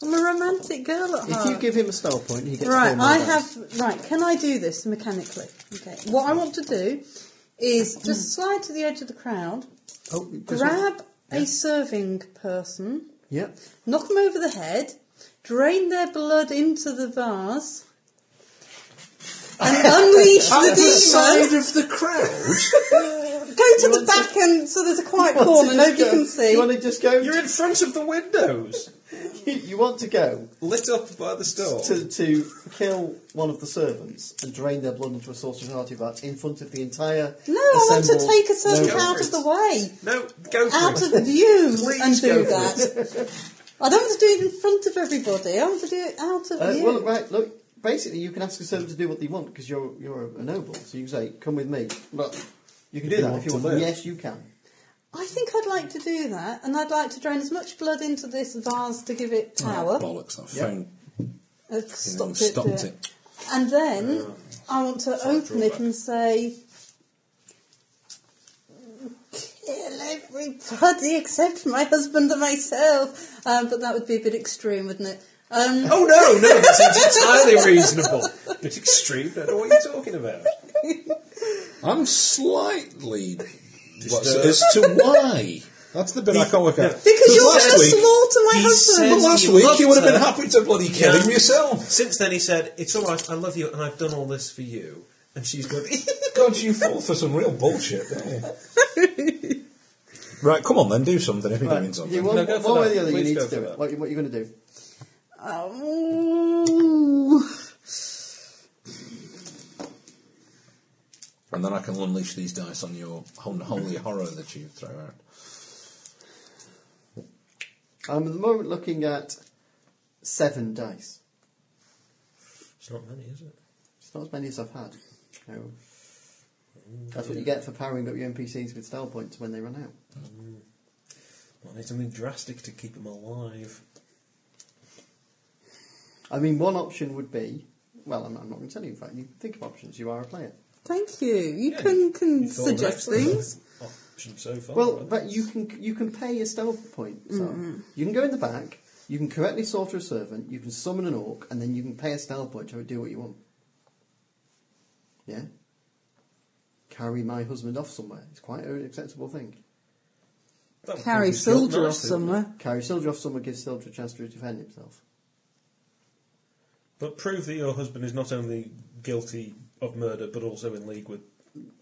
I'm a romantic girl at
point. If
heart.
uh,
you give him a spell point, he gets
Right,
four more
I
dice.
have. Right, can I do this mechanically? Okay. What I want to do is just slide to the edge of the crowd,
Oh, just one.
grab a serving person,
Yep.
knock them over the head, drain their blood into the vase, and unleash the demon.
of the
[laughs]
crowd.
Go to the back, and so there's a quiet corner, nobody can see.
You want to just go?
You're in front of the windows,
[laughs] You want to go
lit up by the storm.
to, to kill one of the servants and drain their blood into a saucer and artifact in front of the entire.
no, I want to
assembled-
take a servant
No.
out of the way.
no, go for
out
it.
of view
Please
and do
go for
that. [laughs] I don't want to do it in front of everybody. I want to do it out of
Uh,
view.
well, right, look. Basically, you can ask a servant to do what they want because you're you're a noble. So you can say, "Come with me." Look, you can do that if you
want
want.
to live.
Yes, you can.
I think I'd like to do that, and I'd like to drain as much blood into this vase to give it power.
Bollocks, that phone
Uh,
thing
stopped it, uh,
stopped
yeah.
it.
And then I want to open it and say, kill everybody except my husband and myself. Um, but that would be a bit extreme, wouldn't it? Um,
Oh no, no,
[laughs]
that seems entirely reasonable. It's extreme. I don't know what you're talking about.
I'm slightly what's, [laughs] as to why. That's the bit I can't [laughs] work out.
because you're
last
going to
week-
slaughter my
he
husband.
said-
Well, last
You
week
loved
you would have been
her.
happy to bloody kill
Yeah.
him yourself.
Since then, he said, "It's all right. I love you, and I've done all this for you." And she's [laughs] going,
[laughs] God, you fall for some real bullshit, don't you? right, come on then, do something if you're doing
Right.
something.
You, one
No, go for
one way or the
that.
other, you
Please
need
go
to do
for
it.
that.
What, you- what are you going to do?
Oh.
And then I can unleash these dice on your hon- holy horror that you throw out.
I'm at the moment looking at seven dice.
"It's not many, is it?"
It's not as many as I've had. No. That's what you get for powering up your NPCs with style points when they run out.
Well, I need something drastic to keep him alive.
I mean, one option would be well, I'm, I'm not going to tell you, in fact. You can think of options. You are a player.
Thank you. You
Yeah,
can, can
you thought of
Mm, suggest
excellent
things.
[laughs] Option so far.
Well,
right?
but you can you can pay a style point. So
Mm-hmm.
you can go in the back. You can correctly slaughter a servant. You can summon an orc, and then you can pay a style point to do what you want. Yeah. Carry my husband off somewhere. It's quite an acceptable thing.
That would
Carry
probably
Sildra
feel
off
nice, wouldn't it?
somewhere.
Carry Sildra off somewhere gives Sildra a chance to defend himself.
But prove that your husband is not only guilty of murder but also in league with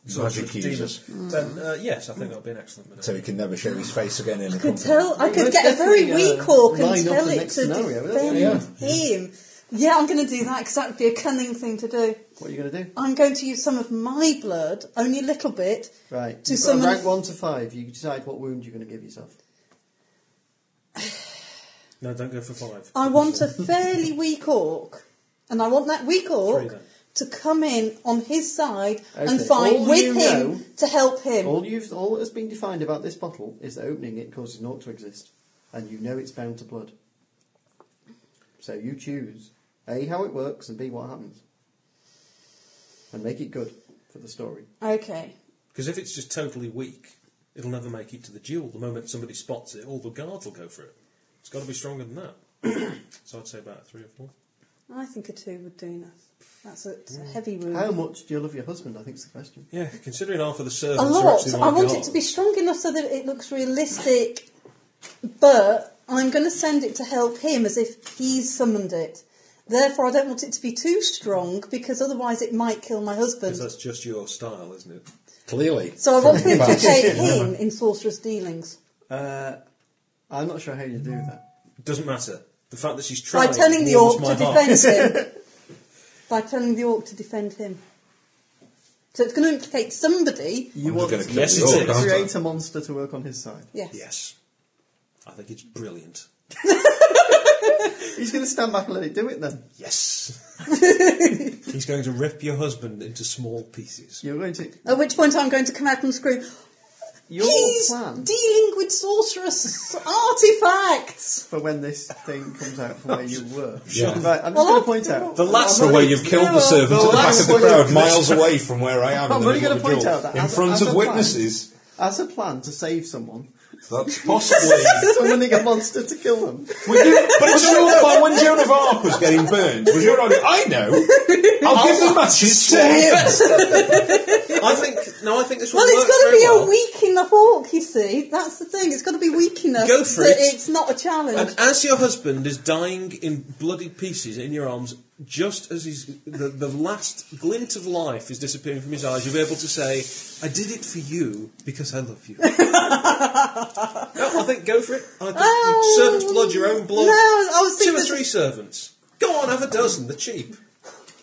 some sort
Magic
of demon.
users.
Then uh, yes, I think that would be an excellent
So
maneuver.
he can never show his face again in a
Could
company.
tell, I could
Let's
get a very
definitely, uh,
weak orc and
line up
tell
the
it to
next scenario,
defend him. Yeah, I'm going to do that because that would be a cunning thing to do.
What are you going to do?
I'm going to use some of my blood, only a little bit,
Right.
to
You've got a
summon.
rank one to five. You decide what wound you're going to give yourself.
No, don't go for five.
I want a fairly weak orc, and I want that weak
Three
orc
then.
to come in on his side and
Okay.
fight
All
with
you
him
know-
to help him.
All you've all that's been defined about this bottle is that opening it causes naught to exist, and you know it's bound to blood. So you choose a how it works and b what happens, and make it good for the story.
Okay.
Because if it's just totally weak, it'll never make it to the duel. The moment somebody spots it, all the guards will go for it. It's got to be stronger than that. [clears throat] so I'd say about a three or four.
I think a two would do enough. That's a, it's a heavy wound.
How much do you love your husband? I think is the question.
Yeah, considering half of the servants
a
are
lot.
actually
I
my
want it
guards.
to be strong enough so that it looks realistic, but I'm going to send it to help him as if he's summoned it. Therefore, I don't want it to be too strong because otherwise it might kill my
'Cause
husband.
that's just your style, isn't it?
Clearly.
So I want to implicate him in sorcerous dealings
Uh, I'm not sure how you do that.
Doesn't matter. The fact that she's trying
by telling the
warms
orc
my
to
heart.
defend him. by telling the orc to defend him. So it's going to implicate somebody.
You
I'm
want
just gonna Oh,
to
kill
Yes,
the
it
orc,
is.
aren't I?
create a monster to work on his side.
Yes.
[laughs] Yes. I think it's brilliant.
He's going to stand back and let it do it. Then
[laughs]
Yes. He's going to rip your husband into small pieces.
you're going to
At which point I'm going to come out and scream,
Your
He's
plan
dealing with sorcerous [laughs] artifacts.
for when this thing comes out from where you
[laughs]
were.
Yeah.
Right,
Well,
I'm just going to
I'll-
point out.
The latter where you've killed the servant
The
at the back of
last
the
one-
crowd, miles away from where I am.
I'm
in the
only going to
middle of the
point
draw,
out that
in
as a-
front
as a
of
plan-
witnesses.
As a plan to save someone, [laughs]
That's possibly.
summoning
[laughs]
a monster to kill them.
Would you, but it's your plan when Joan of Arc was getting burned. Was your idea? I know.
[laughs]
I'll give the matches to him.
I think no, I think this
Well,
one
it's
works
got to
very
be
well.
a weak in the hawk, you see. That's the thing. It's got to be weak enough
Go for
that
it.
it's not a challenge.
And as your husband is dying in bloody pieces in your arms, just as he's, the, the last glint of life is disappearing from his eyes, you'll be able to say, I did it for you because I love
[laughs]
you. no, I think go for it. I think
Oh.
servants blood, your own blood.
No, I was
Two
thinking
or three servants. Go on, have a dozen. They're cheap.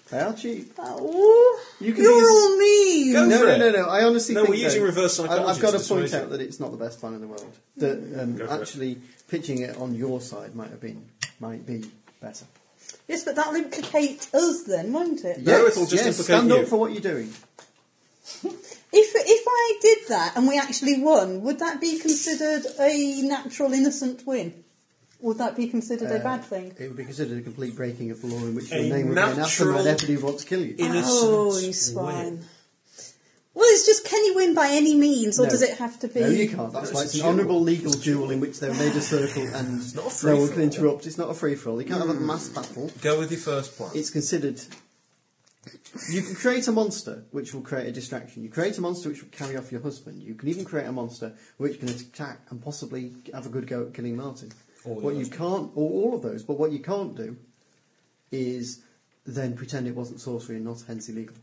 They are cheap.
Oh,
You
you
can
are
use-
all mean.
Go
No,
for
no,
it.
no, no. I honestly
No,
think
we're using
though,
reverse
I-
psychology
I've got to
to
point
dissuade
out
you. Mm.
that it's not the best plan in the world. That um,
Go for it.
actually pitching it on your side might have been might be better.
Yes, but that'll implicate us then, won't it?
No, it'll just
yes,
implicate
stand
you.
up for what you're doing.
If if I did that and we actually won, would that be considered a natural innocent win? Would that be considered a
Uh,
bad thing?
It would be considered a complete breaking of the law in which your
A
name would be anathema
natural-
and everybody would want to kill you.
Innocent
Oh, he's
win.
fine. Well, it's just can you win by any means, or
No.
does it have to be?
No, you can't. That's
No,
like
it's
an
a duel.
honourable legal duel in which they've made a circle and
not
no
a
one
free-for-all. Mm.
can interrupt. It's not a free for all. You can't have a mass battle.
Go with your first plan.
It's considered. You can create a monster which will create a distraction. You create a monster which will carry off your husband. You can even create a monster which can attack and possibly have a good go at killing Martin.
All of
what you
those.
can't, or all of those, but what you can't do is then pretend it wasn't sorcery and not hence illegal.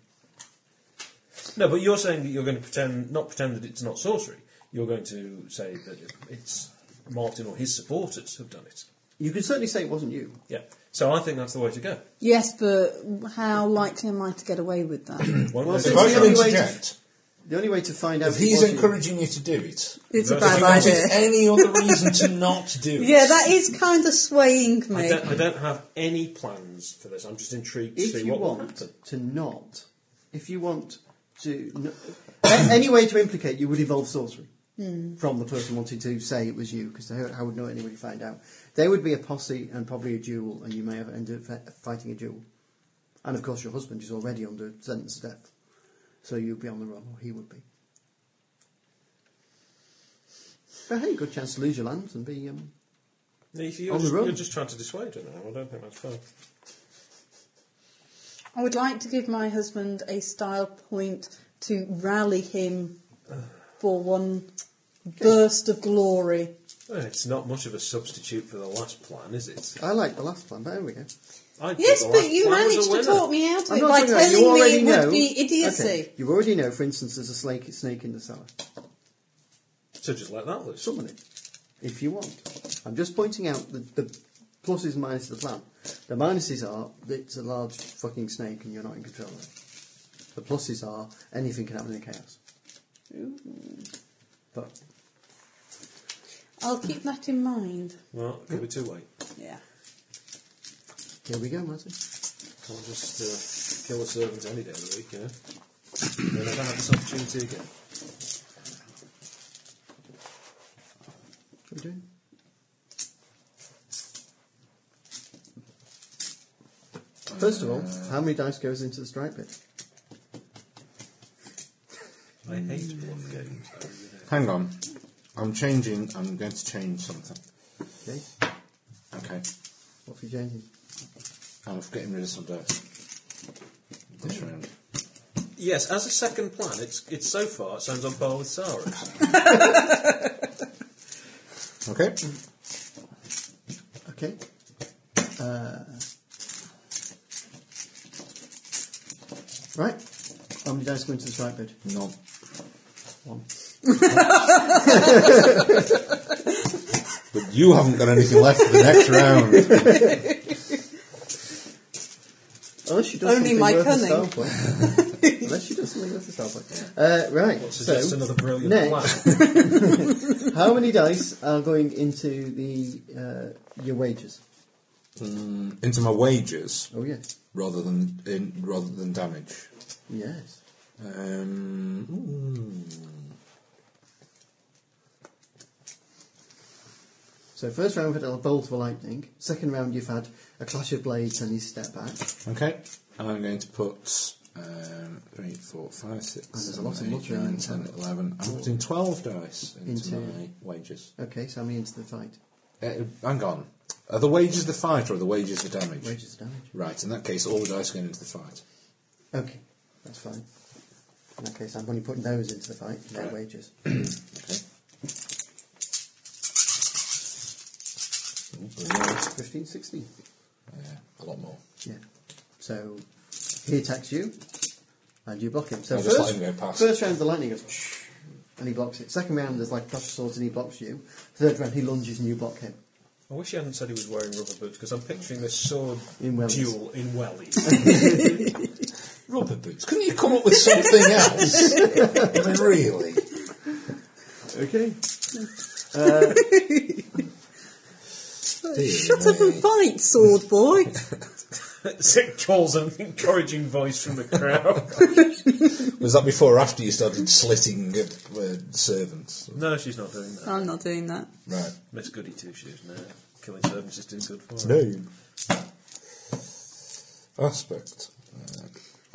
No, but you're saying that you're going to pretend, not pretend that it's not sorcery. You're going to say that it's Martin or his supporters who've done it.
You can certainly say it wasn't you.
Yeah. So I think that's the way to go.
Yes, but how likely am I to get away with that?
Won't
Well,
they?
so-
If I can
Anyway, just-
interject,
The only way to find out
if
it
he's
was you-
encouraging you to do it,
it's a
That's
bad
if you
idea.
give any other reason to not
[laughs]
do it,
Yeah, that is kind of swaying
I
me.
don't, I don't have any plans for this. I'm just intrigued to
if
see
you
what will
want
happen.
to not, if you want to, n- a- any way to implicate you would involve sorcery
Hmm.
from the person wanting to say it was you, because how how would not anybody find out? There would be a posse and probably a duel, and you may have ended up fi- fighting a duel. And of course, your husband is already under sentence of death, so you'd be on the run, or he would be. But hey, good chance to lose your lands and be. Um,
If You're,
On the
just,
run.
you're just trying to dissuade her now. I don't think that's fair.
I would like to give my husband a style point to rally him for one burst of glory.
Well, it's not much of a substitute for the last plan, is it?
I like the last plan, but there we go.
I think
Yes,
the
but
last
you
plan was a
managed to
winner.
talk me out of
I'm
it
not
by
talking about-
telling me
you
it
already
would
know-
be idiocy.
Okay, You already know, for instance, there's a snake, snake in the cellar.
So just let that loose.
Summon it, if you want. I'm just pointing out the, the pluses and minuses of the plan. The minuses are that it's a large fucking snake and you're not in control of it. The pluses are anything can happen in chaos. But
I'll keep that in mind.
Well, it could be two way.
Yeah.
here we go, Martin.
I'll just uh, kill a servant any day of the week, yeah? They'll never have this opportunity again.
What are we doing? First of all, how many dice goes into the strike bit?
I hate bluff games. I really do.
Hang on. I'm changing. I'm going to change something.
Okay,
Okay.
what for you changing?
I'm getting rid of some dice. This round.
Yes, as a second plan, it's, it's so far it sounds on par with Sarah's.
Okay.
Okay. Uh, right. How many dice go into the strike bid?
No.
One.
But you haven't got anything left for the next round.
Unless she does
Only
something
my
worth a
cunning.
star point.
[laughs]
Unless she does something worth a star point. Uh, right.
So just
So,
another brilliant
next. [laughs]
plan.
how many dice are going into the uh, your wages?
Mm, into my wages
Oh yes,
rather than in, rather than damage.
yes.
Um,
So first round we've had a bolt of lightning. Second round you've had a clash of blades and his step back.
Okay. I'm going to put um, 3, 4, 5, 6,
there's a
seven,
lot of
eight,
muttering
nine,
and
10,
stuff.
11. I'm putting 12 dice into,
Into-
my wages.
Okay, so I'm into the fight.
Uh, hang on. Are the wages the fight or are the wages the damage?
Wages of damage.
Right, in that case, all the dice go into the fight.
Okay, that's fine. In that case, I'm only putting those into the fight, their [clears throat]
Right.
wages.
Okay. Ooh, brilliant.
15, 16.
Yeah, a lot more.
Yeah. So he attacks you, and you block him. So
I'll
first,
just let him go past.
first round the lightning goes, "Shh," and he blocks it. Second round there's like clash of swords and he blocks you. Third round he lunges and you block him.
I wish he hadn't said he was wearing rubber boots because I'm picturing this sword
In wellies.
duel in wellies.
Rubber boots. Couldn't you come up with something
[laughs]
else? I mean, really?
Okay.
Shut up and fight, sword boy.
Sick calls an [laughs] encouraging voice from the crowd.
Was that before or after you started slitting uh, uh, servants?
[laughs] no, she's not doing that.
I'm not doing that.
Right.
Miss Goody Two Shoes, no. Killing servants just isn't good for her.
Name. Aspect. Uh,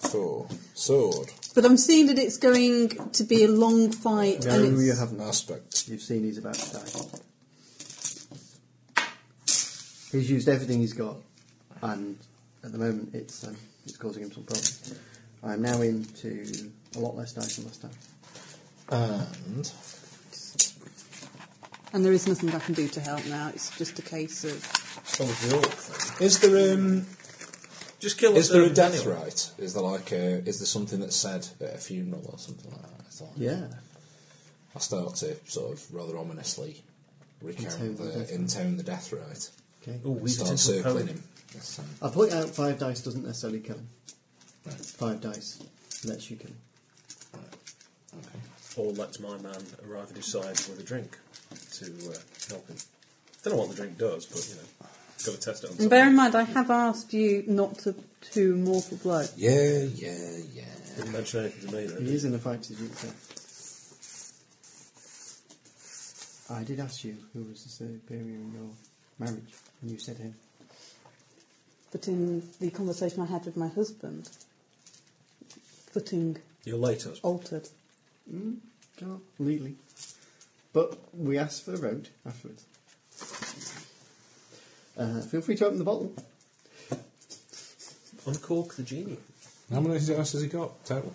four. Sword.
But I'm seeing that it's going to be a long fight.
No,
and
you
it's,
haven't.
Aspect.
You've seen he's about to die. He's used everything he's got, and at the moment it's um, it's causing him some problems. I'm now into a lot less dice than last time.
And.
and there is nothing I can do to help now. It's just a case of.
Is there um?
Just kill
Is there a
servant
death
anyway.
rite? Is there like a? Is there something that's said at a funeral or something like that? I thought.
Yeah.
I start to sort of rather ominously recount
Intone the
the,
death
intone the death rite.
Okay.
Ooh, we've
Start
taken a
circling
poem.
him. Yes, um,
I'll point out five dice doesn't necessarily kill him.
Right.
Five dice lets you kill him.
okay.
Or lets my man arrive at his side with a drink to uh, help him. Don't know what the drink does, but you know, got to test it on
And
something.
bear in mind, I have asked you not to to mortal blow.
Yeah, yeah, yeah.
Didn't mention anything to me though.
He is in a fight to Jupiter. I did ask you who was the superior in your marriage, and you said him.
But in the conversation I had with my husband, footing
Your latest.
altered.
Can't legally. But we asked for a road afterwards. Uh, feel free to open the bottle.
Uncork the genie.
How many dice has he got total?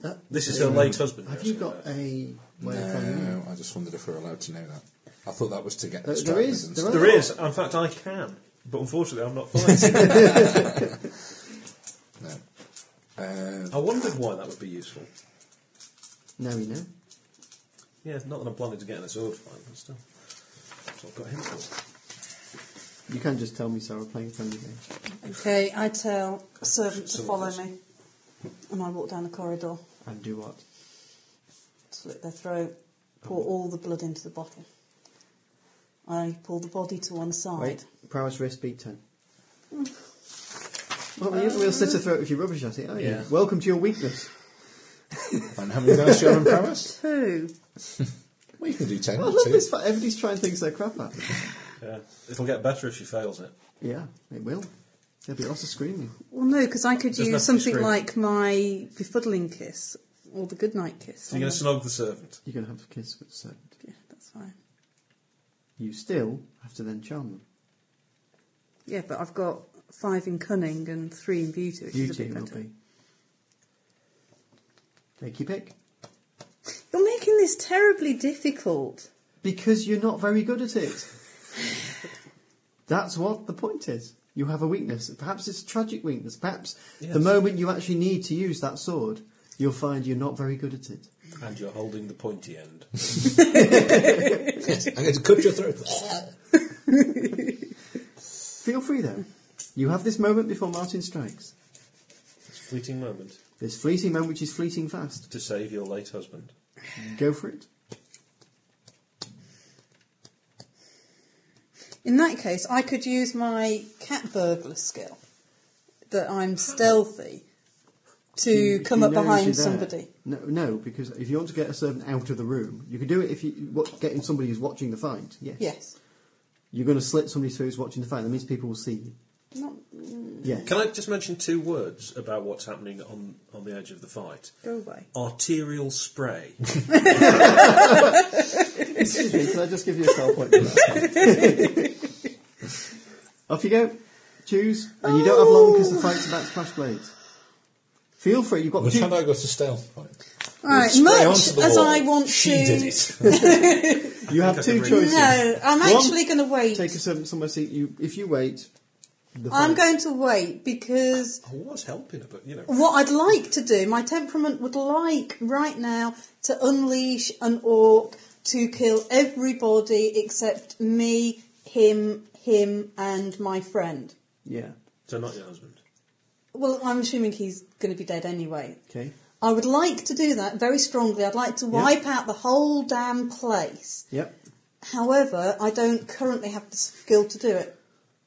That-
This is her late husband.
Uh, um, Have
yes,
you
I
got
know.
a way of finding
No,
out?
I just wondered if we were allowed to know that. I thought that was to get
Uh,
the
there
strikers
is-
and
there
stuff.
Oh. There is. In fact, I can. But unfortunately, I'm not
[laughs]
fighting.
No. Uh,
I wondered why that would be useful.
Now you know.
Yeah, not that I'm planning to get in a sword fight, but still. That's what I've got him for.
You can just tell me, so we're playing a friendly game.
Okay, I tell servant to follow me, and I walk down the corridor,
And do what?
slit their throat, pour all the blood into the bottle. I pull the body to one side.
Wait, prowess risk beat 10. Well, you will slit a throat if you rubbish at it, are you?
Yeah.
Welcome to your weakness.
and how many dice do you have in prowess?
Two.
Well, you can do [laughs] ten
I
or
love
two.
this. fa- Everybody's trying things they're crap at.
Yeah. Uh, It'll get better if she fails it.
Yeah, it will. There'll be lots of screaming.
Well, no, because I could
There's
use
nothing to
something
scream.
like my befuddling kiss or the goodnight kiss.
You're going
on
to
them.
snog the servant.
You're going to have a kiss with certain.
Yeah, that's fine.
You still have to then charm them.
Yeah, but I've got five in cunning and three in beauty, which is a
Beauty
bit
will
better.
be. Take your pick.
You're making this terribly difficult.
Because you're not very good
[laughs]
at it. That's what the point is. You have a weakness. Perhaps it's a tragic weakness. Perhaps
Yes.
the moment you actually need to use that sword, you'll find you're not very good at it.
And you're holding the pointy end.
I'm going to cut your [laughs] throat.
Feel free though. You have this moment before Martin strikes.
It's a fleeting moment
This fleeting moment which is fleeting fast.
to save your late husband.
Go for it.
In that case, I could use my cat burglar skill that I'm stealthy to
You-
come
you
up
know you're
behind
there.
somebody.
No, no, because if you want to get a servant out of the room, you can do it if you what, getting somebody who's watching the fight. Yes.
Yes.
You're going to slit somebody through who's watching the fight. That means people will see you.
Not,
Yeah.
Can I just mention two words about what's happening on, on the edge of the fight?
go away.
Arterial [laughs] spray.
Excuse me, can I just give you a star point for that?
[laughs]
Off you go. Choose. And you don't have long because the fight's about to clash blades. Feel free, you've got
Which
two...
hand I go to stealth point?
Right,
Straight
much
onto the
as
wall.
I want
she
to.
did it.
You have two choices.
No, I'm
One,
actually going to wait.
Take a some, somewhere seat. You, if you wait, the
I'm
fight-
going to wait because
I was helping her, but you know.
what I'd like to do, my temperament would like right now to unleash an orc to kill everybody except me, him, him, and my friend.
Yeah.
So not your husband.
Well, I'm assuming he's going to be dead anyway.
Okay.
I would like to do that very strongly. I'd like to wipe out the whole damn place.
Yep.
However, I don't currently have the skill to do it.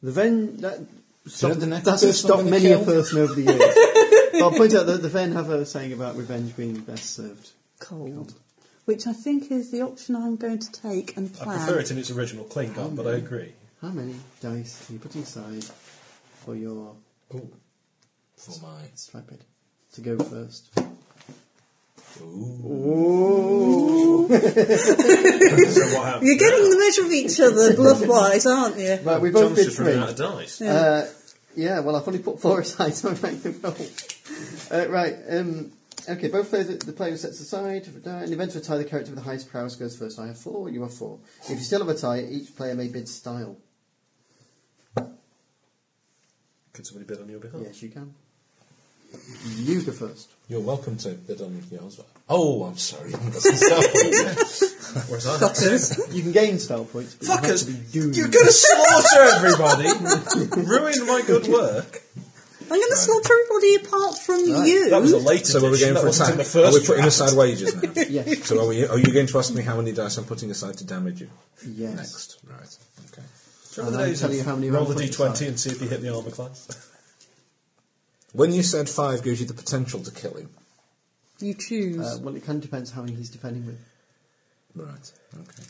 The Ven that stop,
the next
doesn't
person
stop
I'm gonna
many a
kill?
person over the [laughs] years. but I'll point out that the Ven have a saying about revenge being best served.
Cold. Which I think is the option I'm going to take and
I
plan.
prefer it in its original Klingon, but I agree.
How many dice are you putting aside for your
Ooh. For my.
slaphead to go first?
Ooh.
[laughs] So what happened?
You're getting the measure of each [laughs] other bluff wise, aren't you?
Right, we both
John's
did
just
three.
running out of dice.
Uh, yeah, well, I've only put four [laughs] aside, so I make them roll. Uh, right, um, okay, both players, the player sets aside for a die. In the event of a tie, the character with the highest prowess goes first. I have four, you have four. If you still have a tie, each player may bid style.
Could somebody bid on your behalf?
Yes, you can. You go first.
You're welcome to bid on your husband. Oh, I'm sorry. [laughs] That's a stealth point.
Whereas I have to.
You can gain style points. But you have to be
Fuckers!
doomed.
You're going to [laughs] slaughter everybody! [laughs] Ruin my good work!
I'm going to slaughter everybody apart from you.
That was a later
So are we going
that
for
wasn't
attack?
in the
Are
first
we putting
draft.
aside wages now? [laughs]
Yes.
So are, we, are you going to ask me how many dice I'm putting aside to damage you?
Yes.
Next. Right. Okay.
Remember
And
the
I'll
days
tell
of
you how many
roll the
rounds left
d20
aside.
and see if you hit the armour class.
When you said five gives you the potential to kill him.
You choose.
Uh, well, it kind of depends how many he's defending with.
Right. Okay.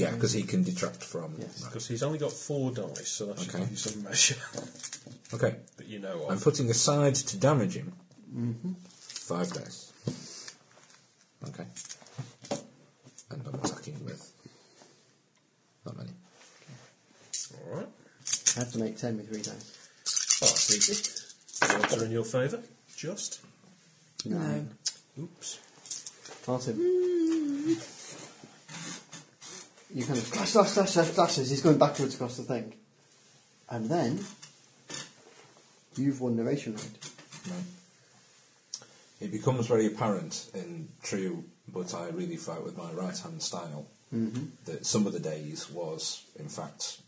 Yeah, because he can detract from.
Yes.
Right.
Because he's only got four dice, so that should
Okay.
give you some measure [laughs]
Okay.
that you know
I'm
of.
putting aside to damage him. Five dice. Okay. And I'm attacking with. Not many.
Alright.
I have to make ten with three dice.
Oh, that's easy. Odds are in your favour. Just.
no.
Oops.
Martin. You kind of clash, clash, clash, clash, clash as he's going backwards across the thing. And then, you've won narration right.
Right. It becomes very apparent in true, but I really fight with my right hand style that some of the days was, in fact,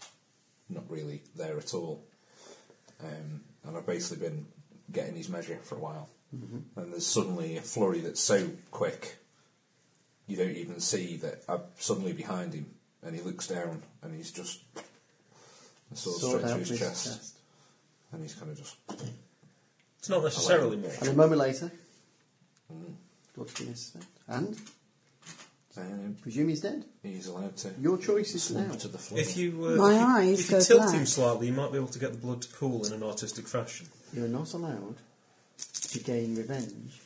not really there at all. Um, and I've basically been getting his measure for a while. And there's suddenly a flurry that's so quick, you don't even see that I'm suddenly behind him. And he looks down and he's just. The sword, straight through his, chest, And he's kind of just.
It's not necessarily more.
And a moment later, what do you expect? And,
Um,
presume he's dead.
he's allowed to.
Your choice is now.
slump to the floor.
If you, uh,
My
if you,
eyes
if you
go
tilt
black.
him slightly, you might be able to get the blood to pool in an artistic fashion.
You're not allowed to gain revenge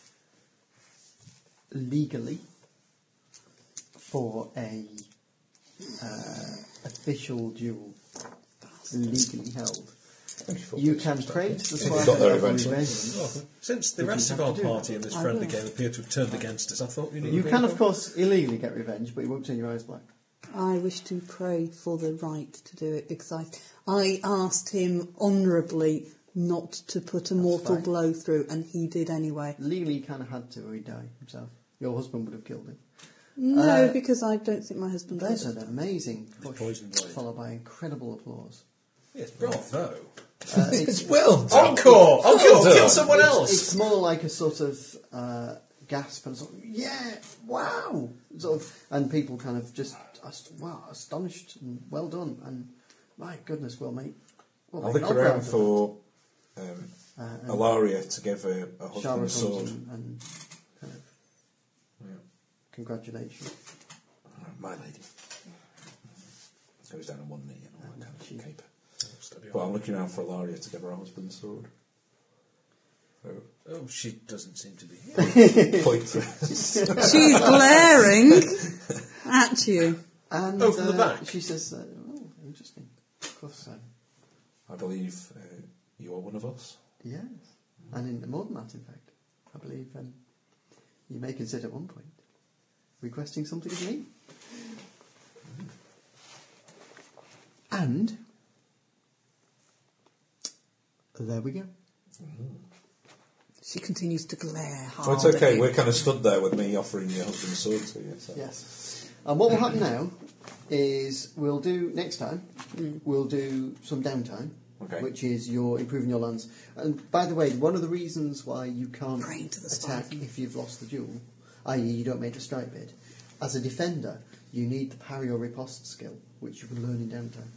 legally for a uh, official duel legally held. You can pray to the
got
swine
there
of
eventually.
revenge.
Since the
Would you
rest of
have
our
to do
party and this
I
friendly
will.
game appear to have turned against us, I thought you knew.
You can, of course, illegally get revenge, but you won't turn your eyes black.
I wish to pray for the right to do it because I, I asked him honourably not to put a mortal
fine. Uh,
blow through, and he did anyway.
Legally, he kind of had to, or he'd die himself. Your husband would have killed him.
No, because I don't think my husband
There's
does.
an amazing push,
Poison blade.
followed by incredible applause.
Yes, bravo.
Uh, it's,
well done.
Encore! Encore!
done.
Oh, Kill someone else!
It's more like a sort of uh, gasp and sort of, yeah, wow! Sort of, and people kind of just, ast- wow, astonished and well done. And my goodness, well, mate. Well,
I'll
mate,
look
well done.
around for um,
Uh,
Alaria to give her a
Shara
husband a
comes
sword.
and, and kind of, congratulations.
Uh, My lady. Goes down on one knee and all that kind caper. But I'm looking around for Ilaria to give her husband's sword. [laughs]
Oh, she doesn't seem to be here.
Point for [laughs]
She's glaring at you.
And,
Oh, from the
uh,
back?
She says, uh, oh, interesting. Of course, uh, so.
I believe uh, you are one of us.
Yes. And in, more than that, in fact, I believe um, you may consider at one point requesting something of me. And there we go.
She continues to glare hard.
Oh,
Well, it's
at
okay,
you.
we're kind of stood there with me offering your husband's sword to you. So.
Yes. And what will happen now is we'll do next time.
Hmm.
We'll do some downtime,
Okay.
which is you're improving your lands. And by the way, one of the reasons why you can't
Praying to the
attack
stars.
if you've lost the duel, i.e., you don't make a strike bid, as a defender, you need the parry or riposte skill, which you can learn in downtime,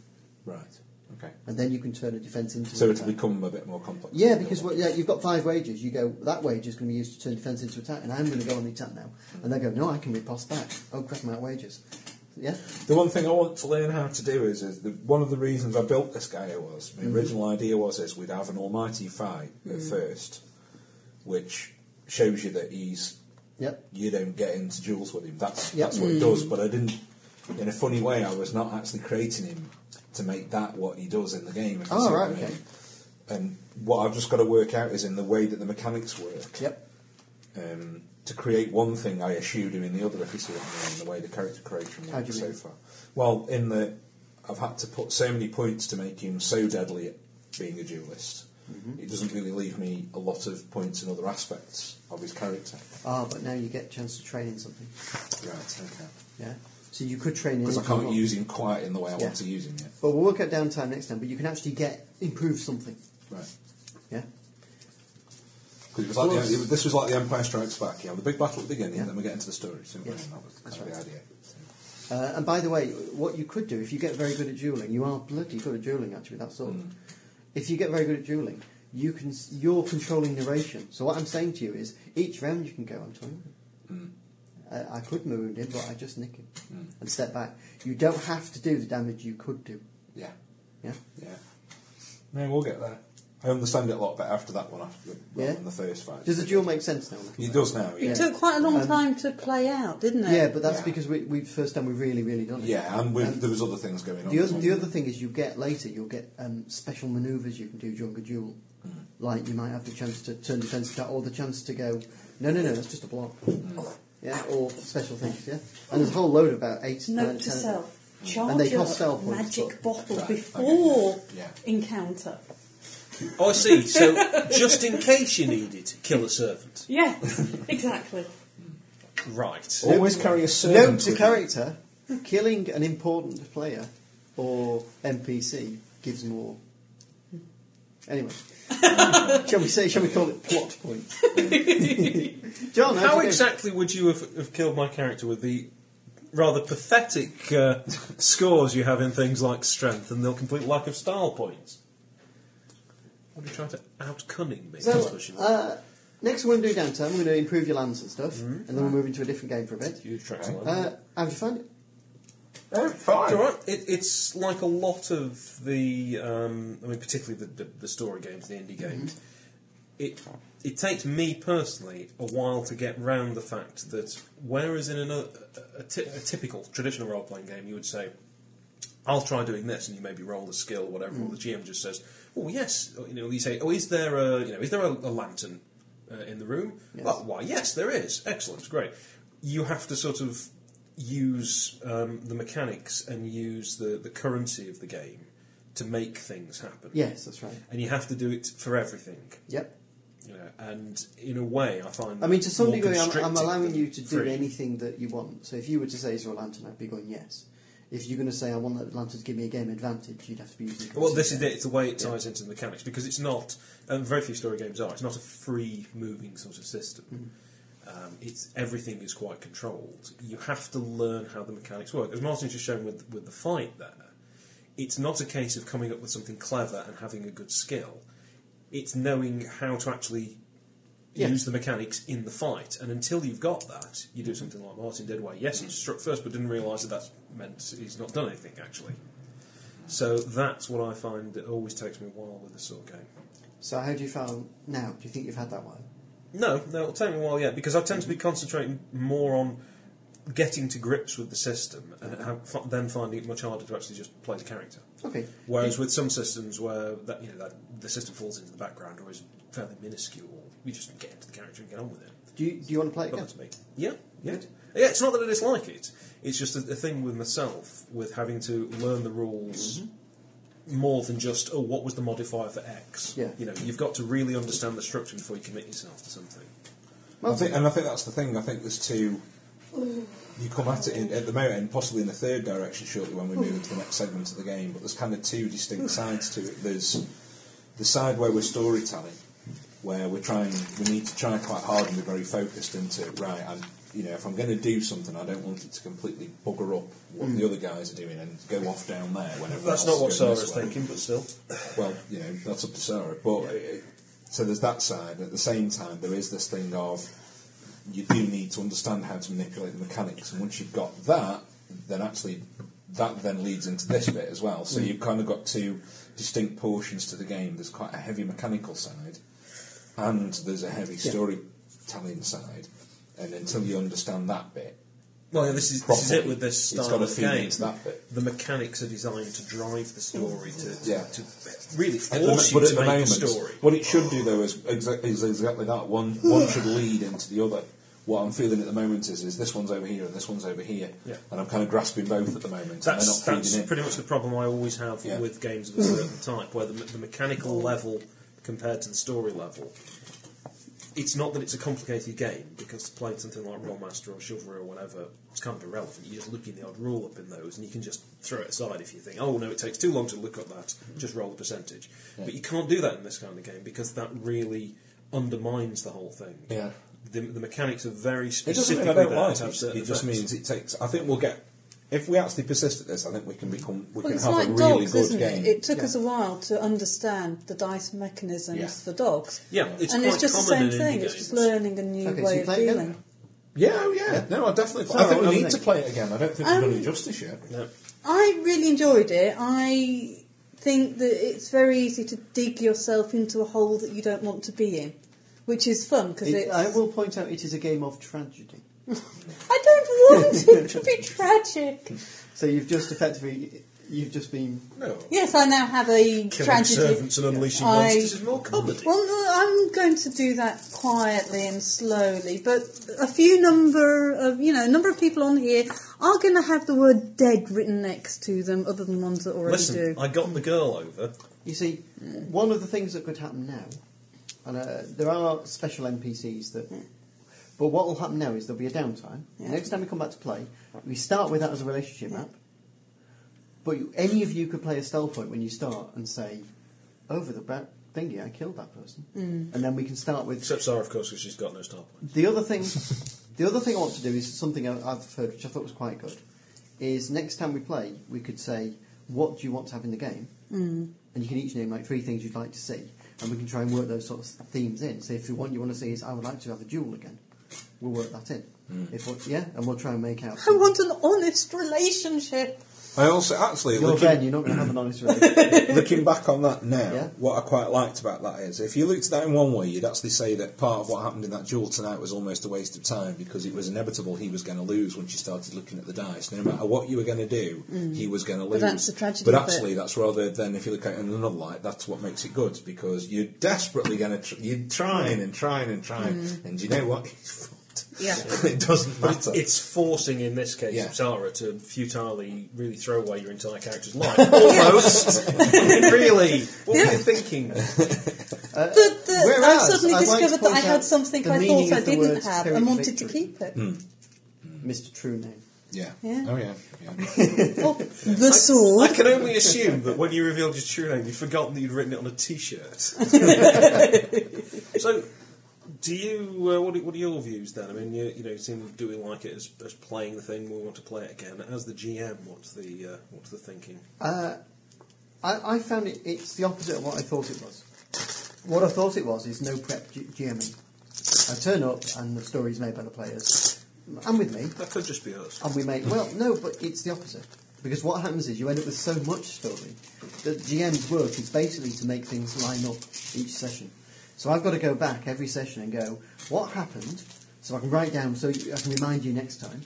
Right. Okay.
and then you can turn a defense into.
So
an
it'll
attack.
become a bit more complex.
Yeah, because well, yeah, you've got five wages. You go, that wage is going to be used to turn defence into attack, and I'm going to go on the attack now. And they go, no, I can riposte that. Oh, crap, I'm out of wages. Yeah?
The one thing I want to learn how to do is, is the, one of the reasons I built this guy was
Mm.
my original idea was is we'd have an almighty fight at first, which shows you that he's
Yep.
you don't get into duels with him. That's
Yep.
that's what he does. But I didn't. In a funny way, I was not actually creating him to make that what he does in the game. If you
Oh,
see what
right,
I mean.
okay.
And what I've just got to work out is in the way that the mechanics work.
Yep.
um, to create one thing, I eschewed him in the other, if you see what I mean, the way the character creation
How do
works
you
so
mean?
far. Well, in the, I've had to put so many points to make him so deadly at being a duelist.
Mm-hmm.
It doesn't really leave me a lot of points in other aspects of his character.
Ah, but now you get a chance to train in something.
Right, okay.
Yeah? So you could train in.
Because I
anything you
can't
want.
use him quite in the way I
Yeah.
want to use him yet.
But we'll work out downtime next time, but you can actually get, improve something.
Right.
Yeah?
Because it was like
Well,
the, this was like the Empire Strikes Back. You have the big battle at the beginning,
Yeah.
then we get into the story. So
Yes,
that was
that's
kind of
right.
the idea.
Uh, and by the way, what you could do if you get very good at dueling, you are bloody good at dueling actually. That's all. If you get very good at dueling, you can s- you're controlling narration. So what I'm saying to you is, each round you can go, I'm telling you. I, I could wound him, but I just nick him and step back. You don't have to do the damage you could do.
Yeah.
Yeah.
Yeah. No, we'll get there. I understand it a lot better after that one, after the,
Yeah?
rather than the first fight.
Does the duel make sense now? looking
It
back?
does now, yeah.
It took quite a long
Um,
time to play out, didn't it?
Yeah, but that's
Yeah.
because we, we first time we've really really done it.
Yeah, and with,
Um,
there was other things going on.
The
as
other,
well.
the other thing is you get later, you'll get um, special manoeuvres you can do during a duel.
Mm.
Like you might have the chance to turn defensive attack or the chance to go, no, no, no, that's just a block.
Mm.
Yeah, or special things, yeah. And there's a whole load about eight, nine,
Note to
ten of them.
self: charge
And they
your
cost sell points,
magic
but-
bottle
Right, okay.
before
Yeah.
encounter.
Oh, I see. So, just in case you need it, kill a servant.
Yeah,
[laughs]
exactly.
Right.
Always carry a servant.
Note to
with
character, killing an important player or NPC gives more.
[laughs]
Anyway. shall we say, shall we call it plot points? John, how'd
How
you do?
exactly would you have, have killed my character with the rather pathetic uh, scores you have in things like strength and the complete lack of style points? Would you try to out cunning me? That's
So,
what she-
uh, next we're going to do downtime. We're going to improve your lands and stuff, and
Mm-hmm.
then we'll move into a different game for a bit.
you try to-
Uh, how did you find it?
Oh,
It's
fine.
all right. It, it's like a lot of the, um, I mean, particularly the, the, the story games, the indie games. It it takes me personally a while to get round the fact that whereas in another a, a, ty- a typical traditional role playing game, you would say, "I'll try doing this," and you maybe roll the skill, or whatever, or the GM just says, "Oh yes," or, you know, you say, "Oh, is there a you know is there a, a lantern uh, in the room?"
Yes.
Well, why, yes, there is. Excellent, great. You have to sort of use um, the mechanics and use the, the currency of the game to make things happen.
Yes, that's right.
And you have to do it for everything.
Yep.
You know, and in a way, I find.
I mean, to some
more
degree, I'm, I'm
constricting
allowing
than
you to do
free.
anything that you want. So if you were to say, is there a lantern, I'd be going, yes. If you're going to say, I want that lantern to give me a game advantage, you'd have to be using...
Well, this is
Yeah.
it. It's the way it ties into the mechanics because it's not. Um, very few story games are. It's not a free moving sort of system.
Mm-hmm.
Um, it's everything is quite controlled. You have to learn how the mechanics work. As Martin's just shown with with the fight there, it's not a case of coming up with something clever and having a good skill. It's knowing how to actually
Yeah.
use the mechanics in the fight. And until you've got that, you do something
Mm-hmm.
like Martin did, where yes, he struck first, but didn't realise that that's meant he's not done anything actually. So that's what I find that always takes me a while with the sword game.
So how do you feel now? Do you think you've had that one?
No, no, it'll take me a while, yeah, because I tend to be concentrating more on getting to grips with the system and how- fi- then finding it much harder to actually just play the character.
Okay.
Whereas with some systems where that you know that the system falls into the background or is fairly minuscule, you just get into the character and get on with it.
Do you, do you want to play it
But
again?
that's me. Yeah, yeah, yeah. It's not that I dislike it. It's just a, a thing with myself with having to learn the rules
Mm-hmm.
more than just oh, what was the modifier for X?
Yeah.
you know, you've got to really understand the structure before you commit yourself to something.
I think, and I think that's the thing. I think there's two. You come at it in, at the moment, and possibly in the third direction shortly when we move into the next segment of the game. But there's kind of two distinct sides to it. There's the side where we're storytelling, where we're trying, we need to try quite hard and be very focused into right. I'm, you know, if I'm going to do something, I don't want it to completely bugger up what the other guys are doing and go off down there. Whenever
Hmm. That's not what Sarah's
Sarah's
thinking, but still.
well, you know, that's up to Sarah. But uh, so there's that side. At the same time, there is this thing of you do need to understand how to manipulate the mechanics, and once you've got that, then actually that then leads into this bit as well. So you've kind of got two distinct portions to the game. There's quite a heavy mechanical side, and there's a heavy storytelling side. And until you understand that bit,
Well, yeah, this is this is
Properly.
it with this
It's
style
got a
of
feed
game.
into that bit.
The mechanics are designed to drive the story to, to,
Yeah.
to really
At the-
force
but
you
at
to
the
make
moment,
a story.
what it should do though is, exa- is exactly that. One one should lead into the other. What I'm feeling at the moment is, is this one's over here and this one's over here,
Yeah.
and I'm kind of grasping both at the moment. and
That's,
they're not feeding
that's
in.
pretty much the problem I always have
Yeah.
with games of a certain type, where the, me- the mechanical level compared to the story level. It's not that it's a complicated game, because playing something like Roll Master or Chivalry or whatever is kind of irrelevant. You're just looking the odd rule up in those, and you can just throw it aside if you think, oh no, it takes too long to look up that, just roll the percentage. But you can't do that in this kind of game, because that really undermines the whole thing.
Yeah.
The, the mechanics are very
It doesn't
specifically
mean I don't
there
like
to have
it.
certain
It just
effects.
means it takes. I think we'll get. If we actually persist at this, I think we can become.
Well,
We can
it's
have
like
a really
dogs,
good
isn't
game.
it? It took us a while to understand the dice mechanisms
Yeah.
for dogs.
Yeah, it's
and
quite
it's just the
common
same
in
thing.
indie
It's just
games.
learning a new
Okay, so
way
you
of
play it again?
dealing.
yeah, oh, yeah. No, I definitely. I think
Sarah,
we
what do you
need to
think?
play it again. I don't think we've done
Um,
it justice yet.
No.
I really enjoyed it. I think that it's very easy to dig yourself into a hole that you don't want to be in, which is fun because
It,
it's.
I will point out it is a game of tragedy.
I don't
[laughs]
want it to be tragic.
So you've just effectively, you've just been.
No.
Yes, I now have a
Killing
tragedy.
servants and unleashing
I-
monsters is more comedy.
Well, no, I'm going to do that quietly and slowly, but a few number of you know a number of people on here are going to have the word "dead" written next to them, other than ones that already
Listen,
do.
I got the girl over.
You see, one of the things that could happen now, and uh, there are special NPCs that. But what will happen now is there'll be a downtime.
Yeah.
Next time we come back to play, we start with that as a relationship map. But you, any of you could play a style point when you start and say, over the bat thingy, I killed that person. And then we can start with
Except Sarah, of course, because she's got no star point.
The other thing, the other thing I want to do is something I- I've heard, which I thought was quite good, is next time we play, we could say, "What do you want to have in the game?" Mm. And you can each name like three things you'd like to see, and we can try and work those sorts of themes in. So if the one you want to see is, "I would like to have a duel again," we'll work that in. If what, yeah, and [laughs] we'll try and make out.
I want an honest relationship.
I also actually
You're
looking, [laughs]
Ben. You're not going to have an [laughs] honest relationship.
looking back on that now,
Yeah.
what I quite liked about that is if you looked at that in one way, you'd actually say that part of what happened in that duel tonight was almost a waste of time because it was inevitable he was going to lose once you started looking at the dice. No matter what you were going to do, he was going to lose.
Mm. that's the tragedy
But
of it.
actually, that's rather than if you look at it in another light, that's what makes it good because you're desperately going to, tr- you're trying and trying and trying, and you know what? [laughs] He's
Mm.
fucked.
Yeah.
[laughs] it doesn't matter.
[laughs]
It's forcing, in this case,
Yeah.
Sarah to futilely really throw away your entire character's life. Almost! really? What were
Yeah.
you thinking?
That that I
whereas
suddenly
I'd like to
discovered that I
point
had
out
something
the
I
meaning
thought I
of the
didn't
words
have
"Pyrrhic
and wanted to
victory." Hmm.
keep it.
Mr. True Name.
[laughs] yeah.
Yeah.
Oh, yeah. yeah.
Or the sword.
I can only assume that when you revealed your true name, you'd forgotten that you'd written it on a T-shirt. so, do you? Uh, what, are, what are your views then? I mean, you, you know, you seem do we like it as, as playing the thing? We want to play it again. As the GM, what's the uh, what's the thinking?
Uh, I, I found it, it's the opposite of what I thought it was. What I thought it was is no prep G- GMing. I turn up and the story's made by the players, and with me,
That could just be us.
and we make. Well, no, but it's the opposite. Because what happens is you end up with so much story that GM's work is basically to make things line up each session. So I've got to go back every session and go, what happened? So I can write down, so I can remind you next time.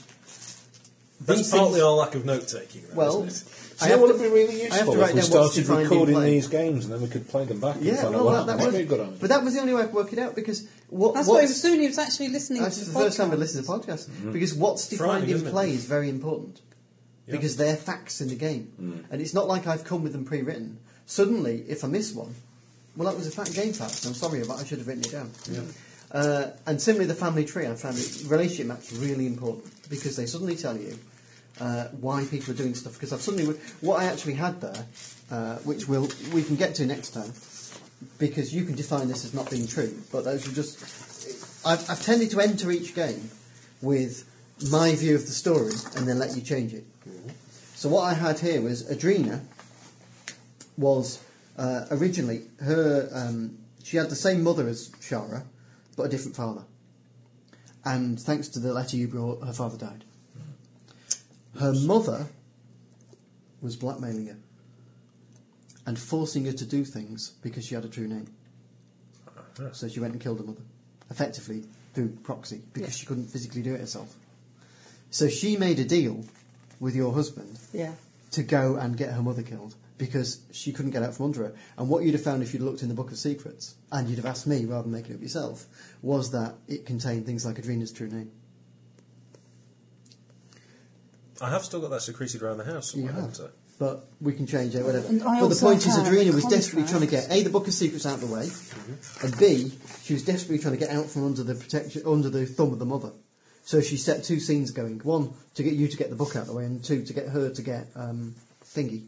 That's
These
partly
things-
our lack of note taking.
Well,
[laughs] Do you know
have
what
to-
would be really
I have
useful
to write
if we
down what's
started
defined in
recording
blank.
these games and then we could play them back and
Yeah,
find out
well,
what
that, that was,
happened? That'd be a good idea.
but that was the only way I could work it out because what,
That's
what's,
what he was doing. He was actually listening
That's
to
the
the,
first time I
podcast.
listened to the podcast because what's
Frightening,
defined in
Mm-hmm. isn't it?
play is very important because they're facts in the game,
Mm.
and it's not like I've come with them pre-written. Suddenly, if I miss one, well, that was a fact game fact. and I'm sorry, but I should have written it down. Uh, and similarly, the family tree, I found it relationship maps really important because they suddenly tell you uh, why people are doing stuff. Because I've suddenly what I actually had there, uh, which we'll, we can get to next time, because you can define this as not being true. But those are just I've, I've tended to enter each game with my view of the story and then let you change it. So what I had here was Adrena was uh, originally her. Um, she had the same mother as Shara, but a different father. And thanks to the letter you brought, her father died. Her mother was blackmailing her and forcing her to do things because she had a true name. So she went and killed her mother, effectively through proxy because
Yeah.
she couldn't physically do it herself. So she made a deal with your husband
Yeah.
to go and get her mother killed because she couldn't get out from under her. And what you'd have found if you'd looked in the Book of Secrets and you'd have asked me rather than making it up yourself was that it contained things like Adrena's true name.
I have still got that secreted around the house
You
somewhere,
have.
haven't I?
But we can change it, whatever.
And I
but the
also
point is,
have a
Adrena was desperately
contract.
trying to get a the book of secrets out of the way, and b she was desperately trying to get out from under the protection, under the thumb of the mother. So she set two scenes going: one to get you to get the book out of the way, and two to get her to get um, thingy,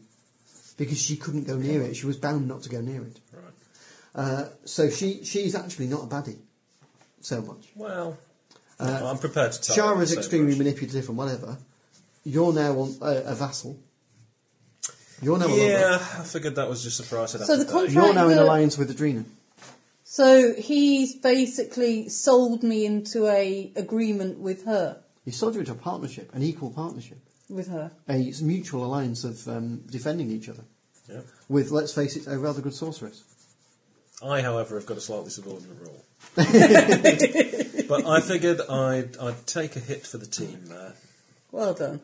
because she couldn't go near it. She was bound not to go near it.
Right.
Uh, so she she's actually not a baddie, so much.
Well, I'm prepared to tell.
Shara's
so
Uh, extremely
much.
manipulative and whatever. You're now on, uh, a vassal. You're now a lover.
Yeah, I figured that was just a price I'd have
So
to
the
pay.
contract-
You're now in
Right, uh,
alliance with Adrena.
So he's basically sold me into a agreement with her.
You sold you into a partnership, an equal partnership,
With her.
a mutual alliance of um, defending each other.
Yeah.
With, let's face it, a rather good sorceress.
I, however, have got a slightly subordinate
[laughs]
role. but I figured I'd, I'd take a hit for the team there
Well done.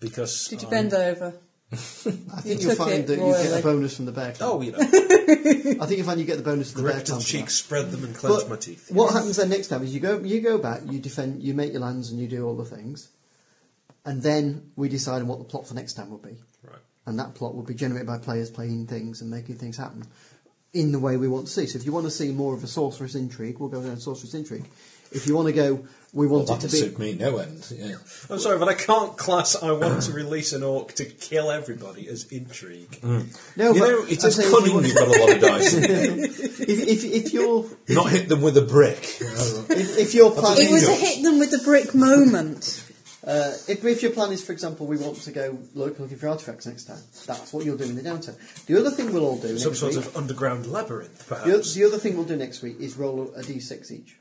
because
Did you
I'm-
bend
Um,
over?
I think
You
you'll
took
find
it
that you get
royally.
a bonus from the bear. Clan.
Oh,
[laughs]
you know,
I think you find you get the bonus from the bear.
gripped the
clan for that.
cheeks, spread them, and clenched
But
my teeth.
What happens then next time is you go, you go back, you defend, you make your lands, and you do all the things, and then we decide on what the plot for next time will be.
Right.
and that plot will be generated by players playing things and making things happen in the way we want to see. So if you want to see more of a sorceress intrigue, we'll go down sorceress intrigue. If you want to go, we want
Well,
it to
that
be.
suit me no end. Yeah.
I'm sorry, but I can't class I want to release an orc to kill everybody as intrigue.
Mm. No,
You
but
know, it's
I'm
as
saying if you
cunning
want-
you've got a lot
[laughs]
of dice.
If, if, if you're
Not hit them with a brick.
if, if your plan
It was
is,
a hit them with the brick moment.
uh, if, if your plan is, for example, we want to go look looking for artifacts next time. That's what you'll do in the downtime. The other thing we'll all do
Some
next
sort
week-
of underground labyrinth, perhaps.
The, oth- the other thing we'll do next week is roll a d6 each.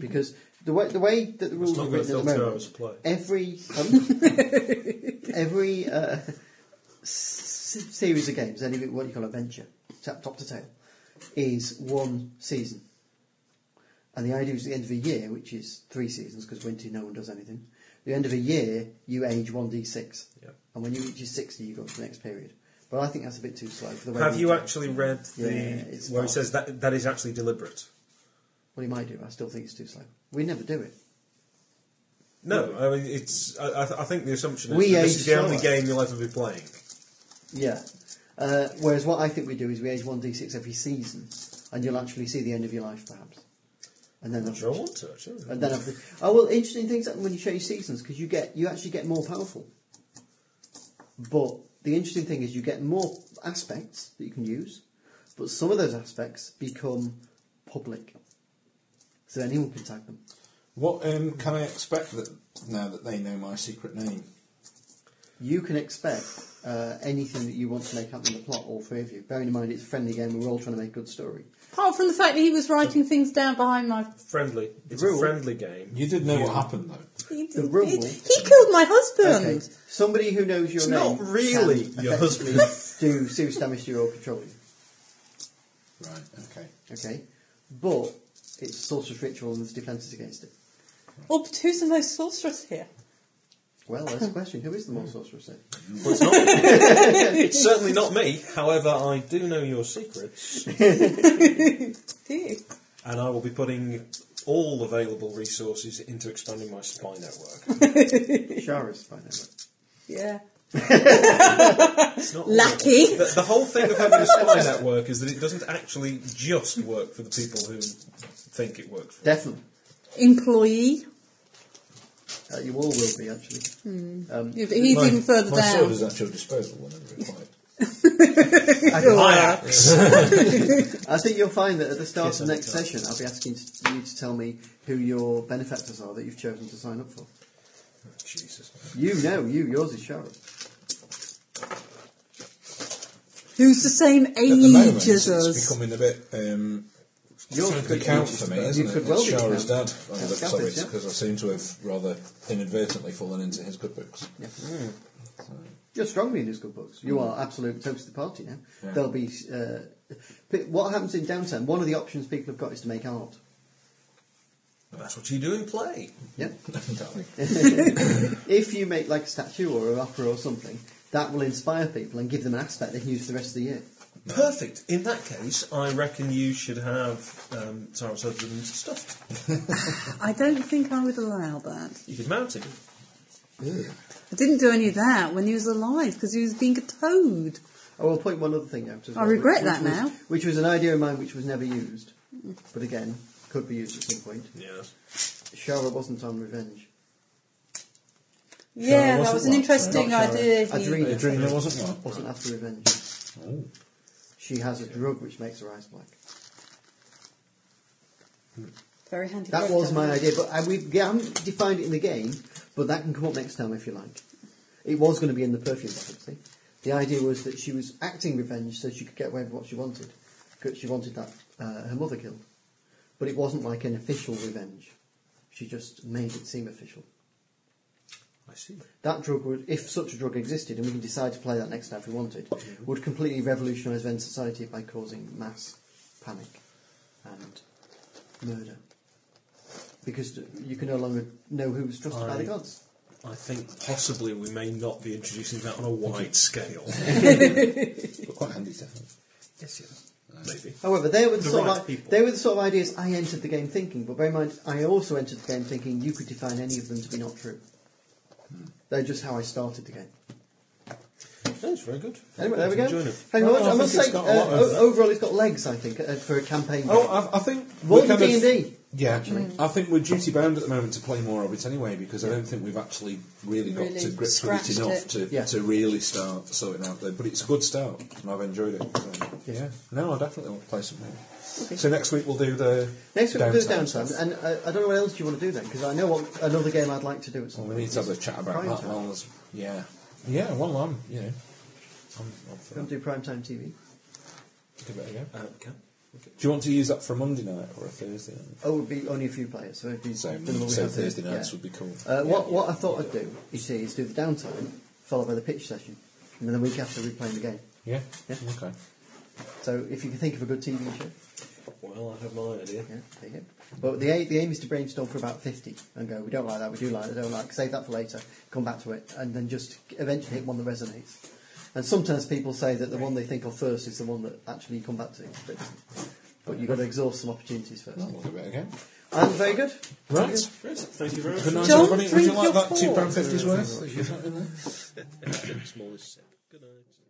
Because the way, the way that the rules
not
are
gonna
written at the
fill two
moment,
hours of play.
every um, every uh, s- series of games, any bit- what you call a venture, top top to tail, is one season. And the idea is at the end of a year, which is three seasons, because winter no one does anything. The end of a year, you age one d6,
Yeah.
and when you reach your sixty, you go on to the next period. But I think that's a bit too slow for the way.
Have
we
you
do it.
actually read the
Yeah, it's
where it
fine.
says that that is actually deliberate?
Well, he might do. I still think it's too slow. We never do it.
No, I mean it's. I, I th- I think the assumption is
We
that this
age
is the only
slower.
game you'll ever be playing.
Yeah. Uh, whereas what I think we do is we age one d six every season, and you'll actually see the end of your life, perhaps. And then,
Sure, I want to. Actually.
and then, after, oh well, interesting things happen when you change seasons because you get you actually get more powerful. But the interesting thing is you get more aspects that you can use, but some of those aspects become public, so anyone can tag them.
What um, can I expect that now that they know my secret name?
you can expect uh, anything that you want to make happen in the plot, all three of you. Bearing in mind it's a friendly game, we're all trying to make a good story.
Apart from the fact that he was writing things down behind my
Friendly. It's
Rule.
a friendly game.
You did know what happened though.
he,
The rule.
he, he killed my husband.
Okay, somebody who knows your
It's
name.
not really
can
your
effectively
[laughs]
do serious damage to your control.
Right. Okay.
Okay, but it's sorcerer's ritual and there's defences against it.
Well, but who's the most sorceress here?
Well,
[laughs]
that's the question. Who is the more sorceress? Then?
Well, it's, not, it's certainly not me. However, I do know your secrets,
Do you?
and I will be putting all available resources into expanding my spy network.
Shara's fine. isn't it?
Yeah.
It's not
Lackey.
The, the whole thing of having a spy network is that it doesn't actually just work for the people who think it works for. them.
Definitely.
Employee.
Uh, you all will be actually. Um,
Yeah, but he's even further
My sword
down.
is at your disposal whenever required.
I think you'll find that at the start of the next session, I'll be asking s- you to tell me who your benefactors are that you've chosen to sign up for.
Jesus.
You know, you yours is Shara.
Who's the same
At the moment,
age as
it's
us?
becoming a bit. Um,
Yours
It's
could
the
be-
count for me, isn't
you
it?
could well
it's
be the
Shara's
count.
dad. Oh,
That's
sorry,
counted,
it's
yeah.
because I seem to have rather inadvertently fallen into his good books. [laughs]
Yeah. You're strongly in his good books. You are absolute toast of the party now.
Hmm. Yeah.
There'll be. Uh, p- what happens in downtown? One of the options people have got is to make art.
But That's what you do in play.
Yeah.
Hmm. Definitely.
if you make like a statue or an opera or something, that will inspire people and give them an aspect they can use for the rest of the year.
Perfect. In that case, I reckon you should have um, Sarah's husband stuffed.
I don't think I would allow that.
You could mount him.
I didn't do any of that when he was alive because he was being a toad.
I will point one other thing out. As
I
well,
regret
which,
that
which was-
now. Hmm.
Which was an idea of mine which was never used, but again, could be used at some point.
Yes.
Shara wasn't on revenge.
Yeah, that
wasn't
was an
what?
interesting
Not Shara.
idea.
A
he-
dream.
The dreamer wasn't one.
Wasn't after revenge. Oh. She has a drug which makes her eyes black.
Very handy.
That
work,
was my
Alan.
idea, but I, we we haven't defined it in the game, but that can come up next time if you like. It was going to be in the perfume bottle, see? The idea was that she was acting revenge so she could get away with what she wanted, because she wanted that uh, her mother killed. But it wasn't like an official revenge. She just made it seem official.
I see.
That drug would, if such a drug existed, and we can decide to play that next time if we wanted,
Mm-hmm.
would completely revolutionise then society by causing mass panic and murder. Because you can no longer know who was trusted by the
I-
gods.
I think possibly we may not be introducing that on a wide
[laughs]
scale.
But quite handy to have.
yes, yes. Maybe.
However, they were the,
The
sort
right
of, i-
people.
they were the sort of ideas I entered the game thinking, but bear in mind, I also entered the game thinking you could define any of them to be not true.
Hmm.
They're just how I started the game.
That's very good.
Anyway, there we go.
Enjoying
Thank
it.
you very
Well,
much.
I
I must
think it's
say, uh,
got a lot of-
o- overall, it's got legs, I think, uh, for a campaign.
Oh,
game.
I, I think
More
we're
than
kind of-
D&D.
Yeah,
Mm.
I think we're duty bound at the moment to play more of it anyway because I don't think we've actually really got
Really
to grips with
scratched
it enough
it.
to
Yeah.
to really start sorting out there. But it's a good start, and I've enjoyed it. So, yeah, no, I definitely want to play some more. So next week we'll do the
Next week we'll do
downtime.
downtime, and uh, I don't know what else you want to do then, because I know what another game I'd like to do at some
Well, we
point.
need to have a chat about
Prime
that.
time.
Well, as- yeah, yeah. Well, I'm you know, I'm, I'm for
You want
that.
to do primetime TV?
Give it a go.
Uh, okay.
Do you want to use that for a Monday night or a Thursday night?
Oh, it would be only a few players, so it'd be
So,
the one we
so
have to-
Thursday nights
yeah.
would be cool.
Uh, what, what I thought I'd do, you see, is do the downtime, followed by the pitch session, and then the week after we're playing the game.
Yeah.
Yeah.
Okay.
So if you can think of a good TV show,
Well, I have my idea.
yeah, there you go. But the, a- the aim is to brainstorm for about 50 and go, we don't like that, we do like that, I don't like, save that for later, come back to it, and then just eventually hit one that resonates. And sometimes people say that the one they think of first is the one that actually you come back to. But, but you've got to exhaust some opportunities first.
We'll give it a go.
And very good.
Right.
Great. Thank you very much.
Good night,
Don't
everybody. Would you
drink
like
your
that two pound
fork.
[coughs]
fifty's worth? If you're not in there?
Smallest sip. Good night.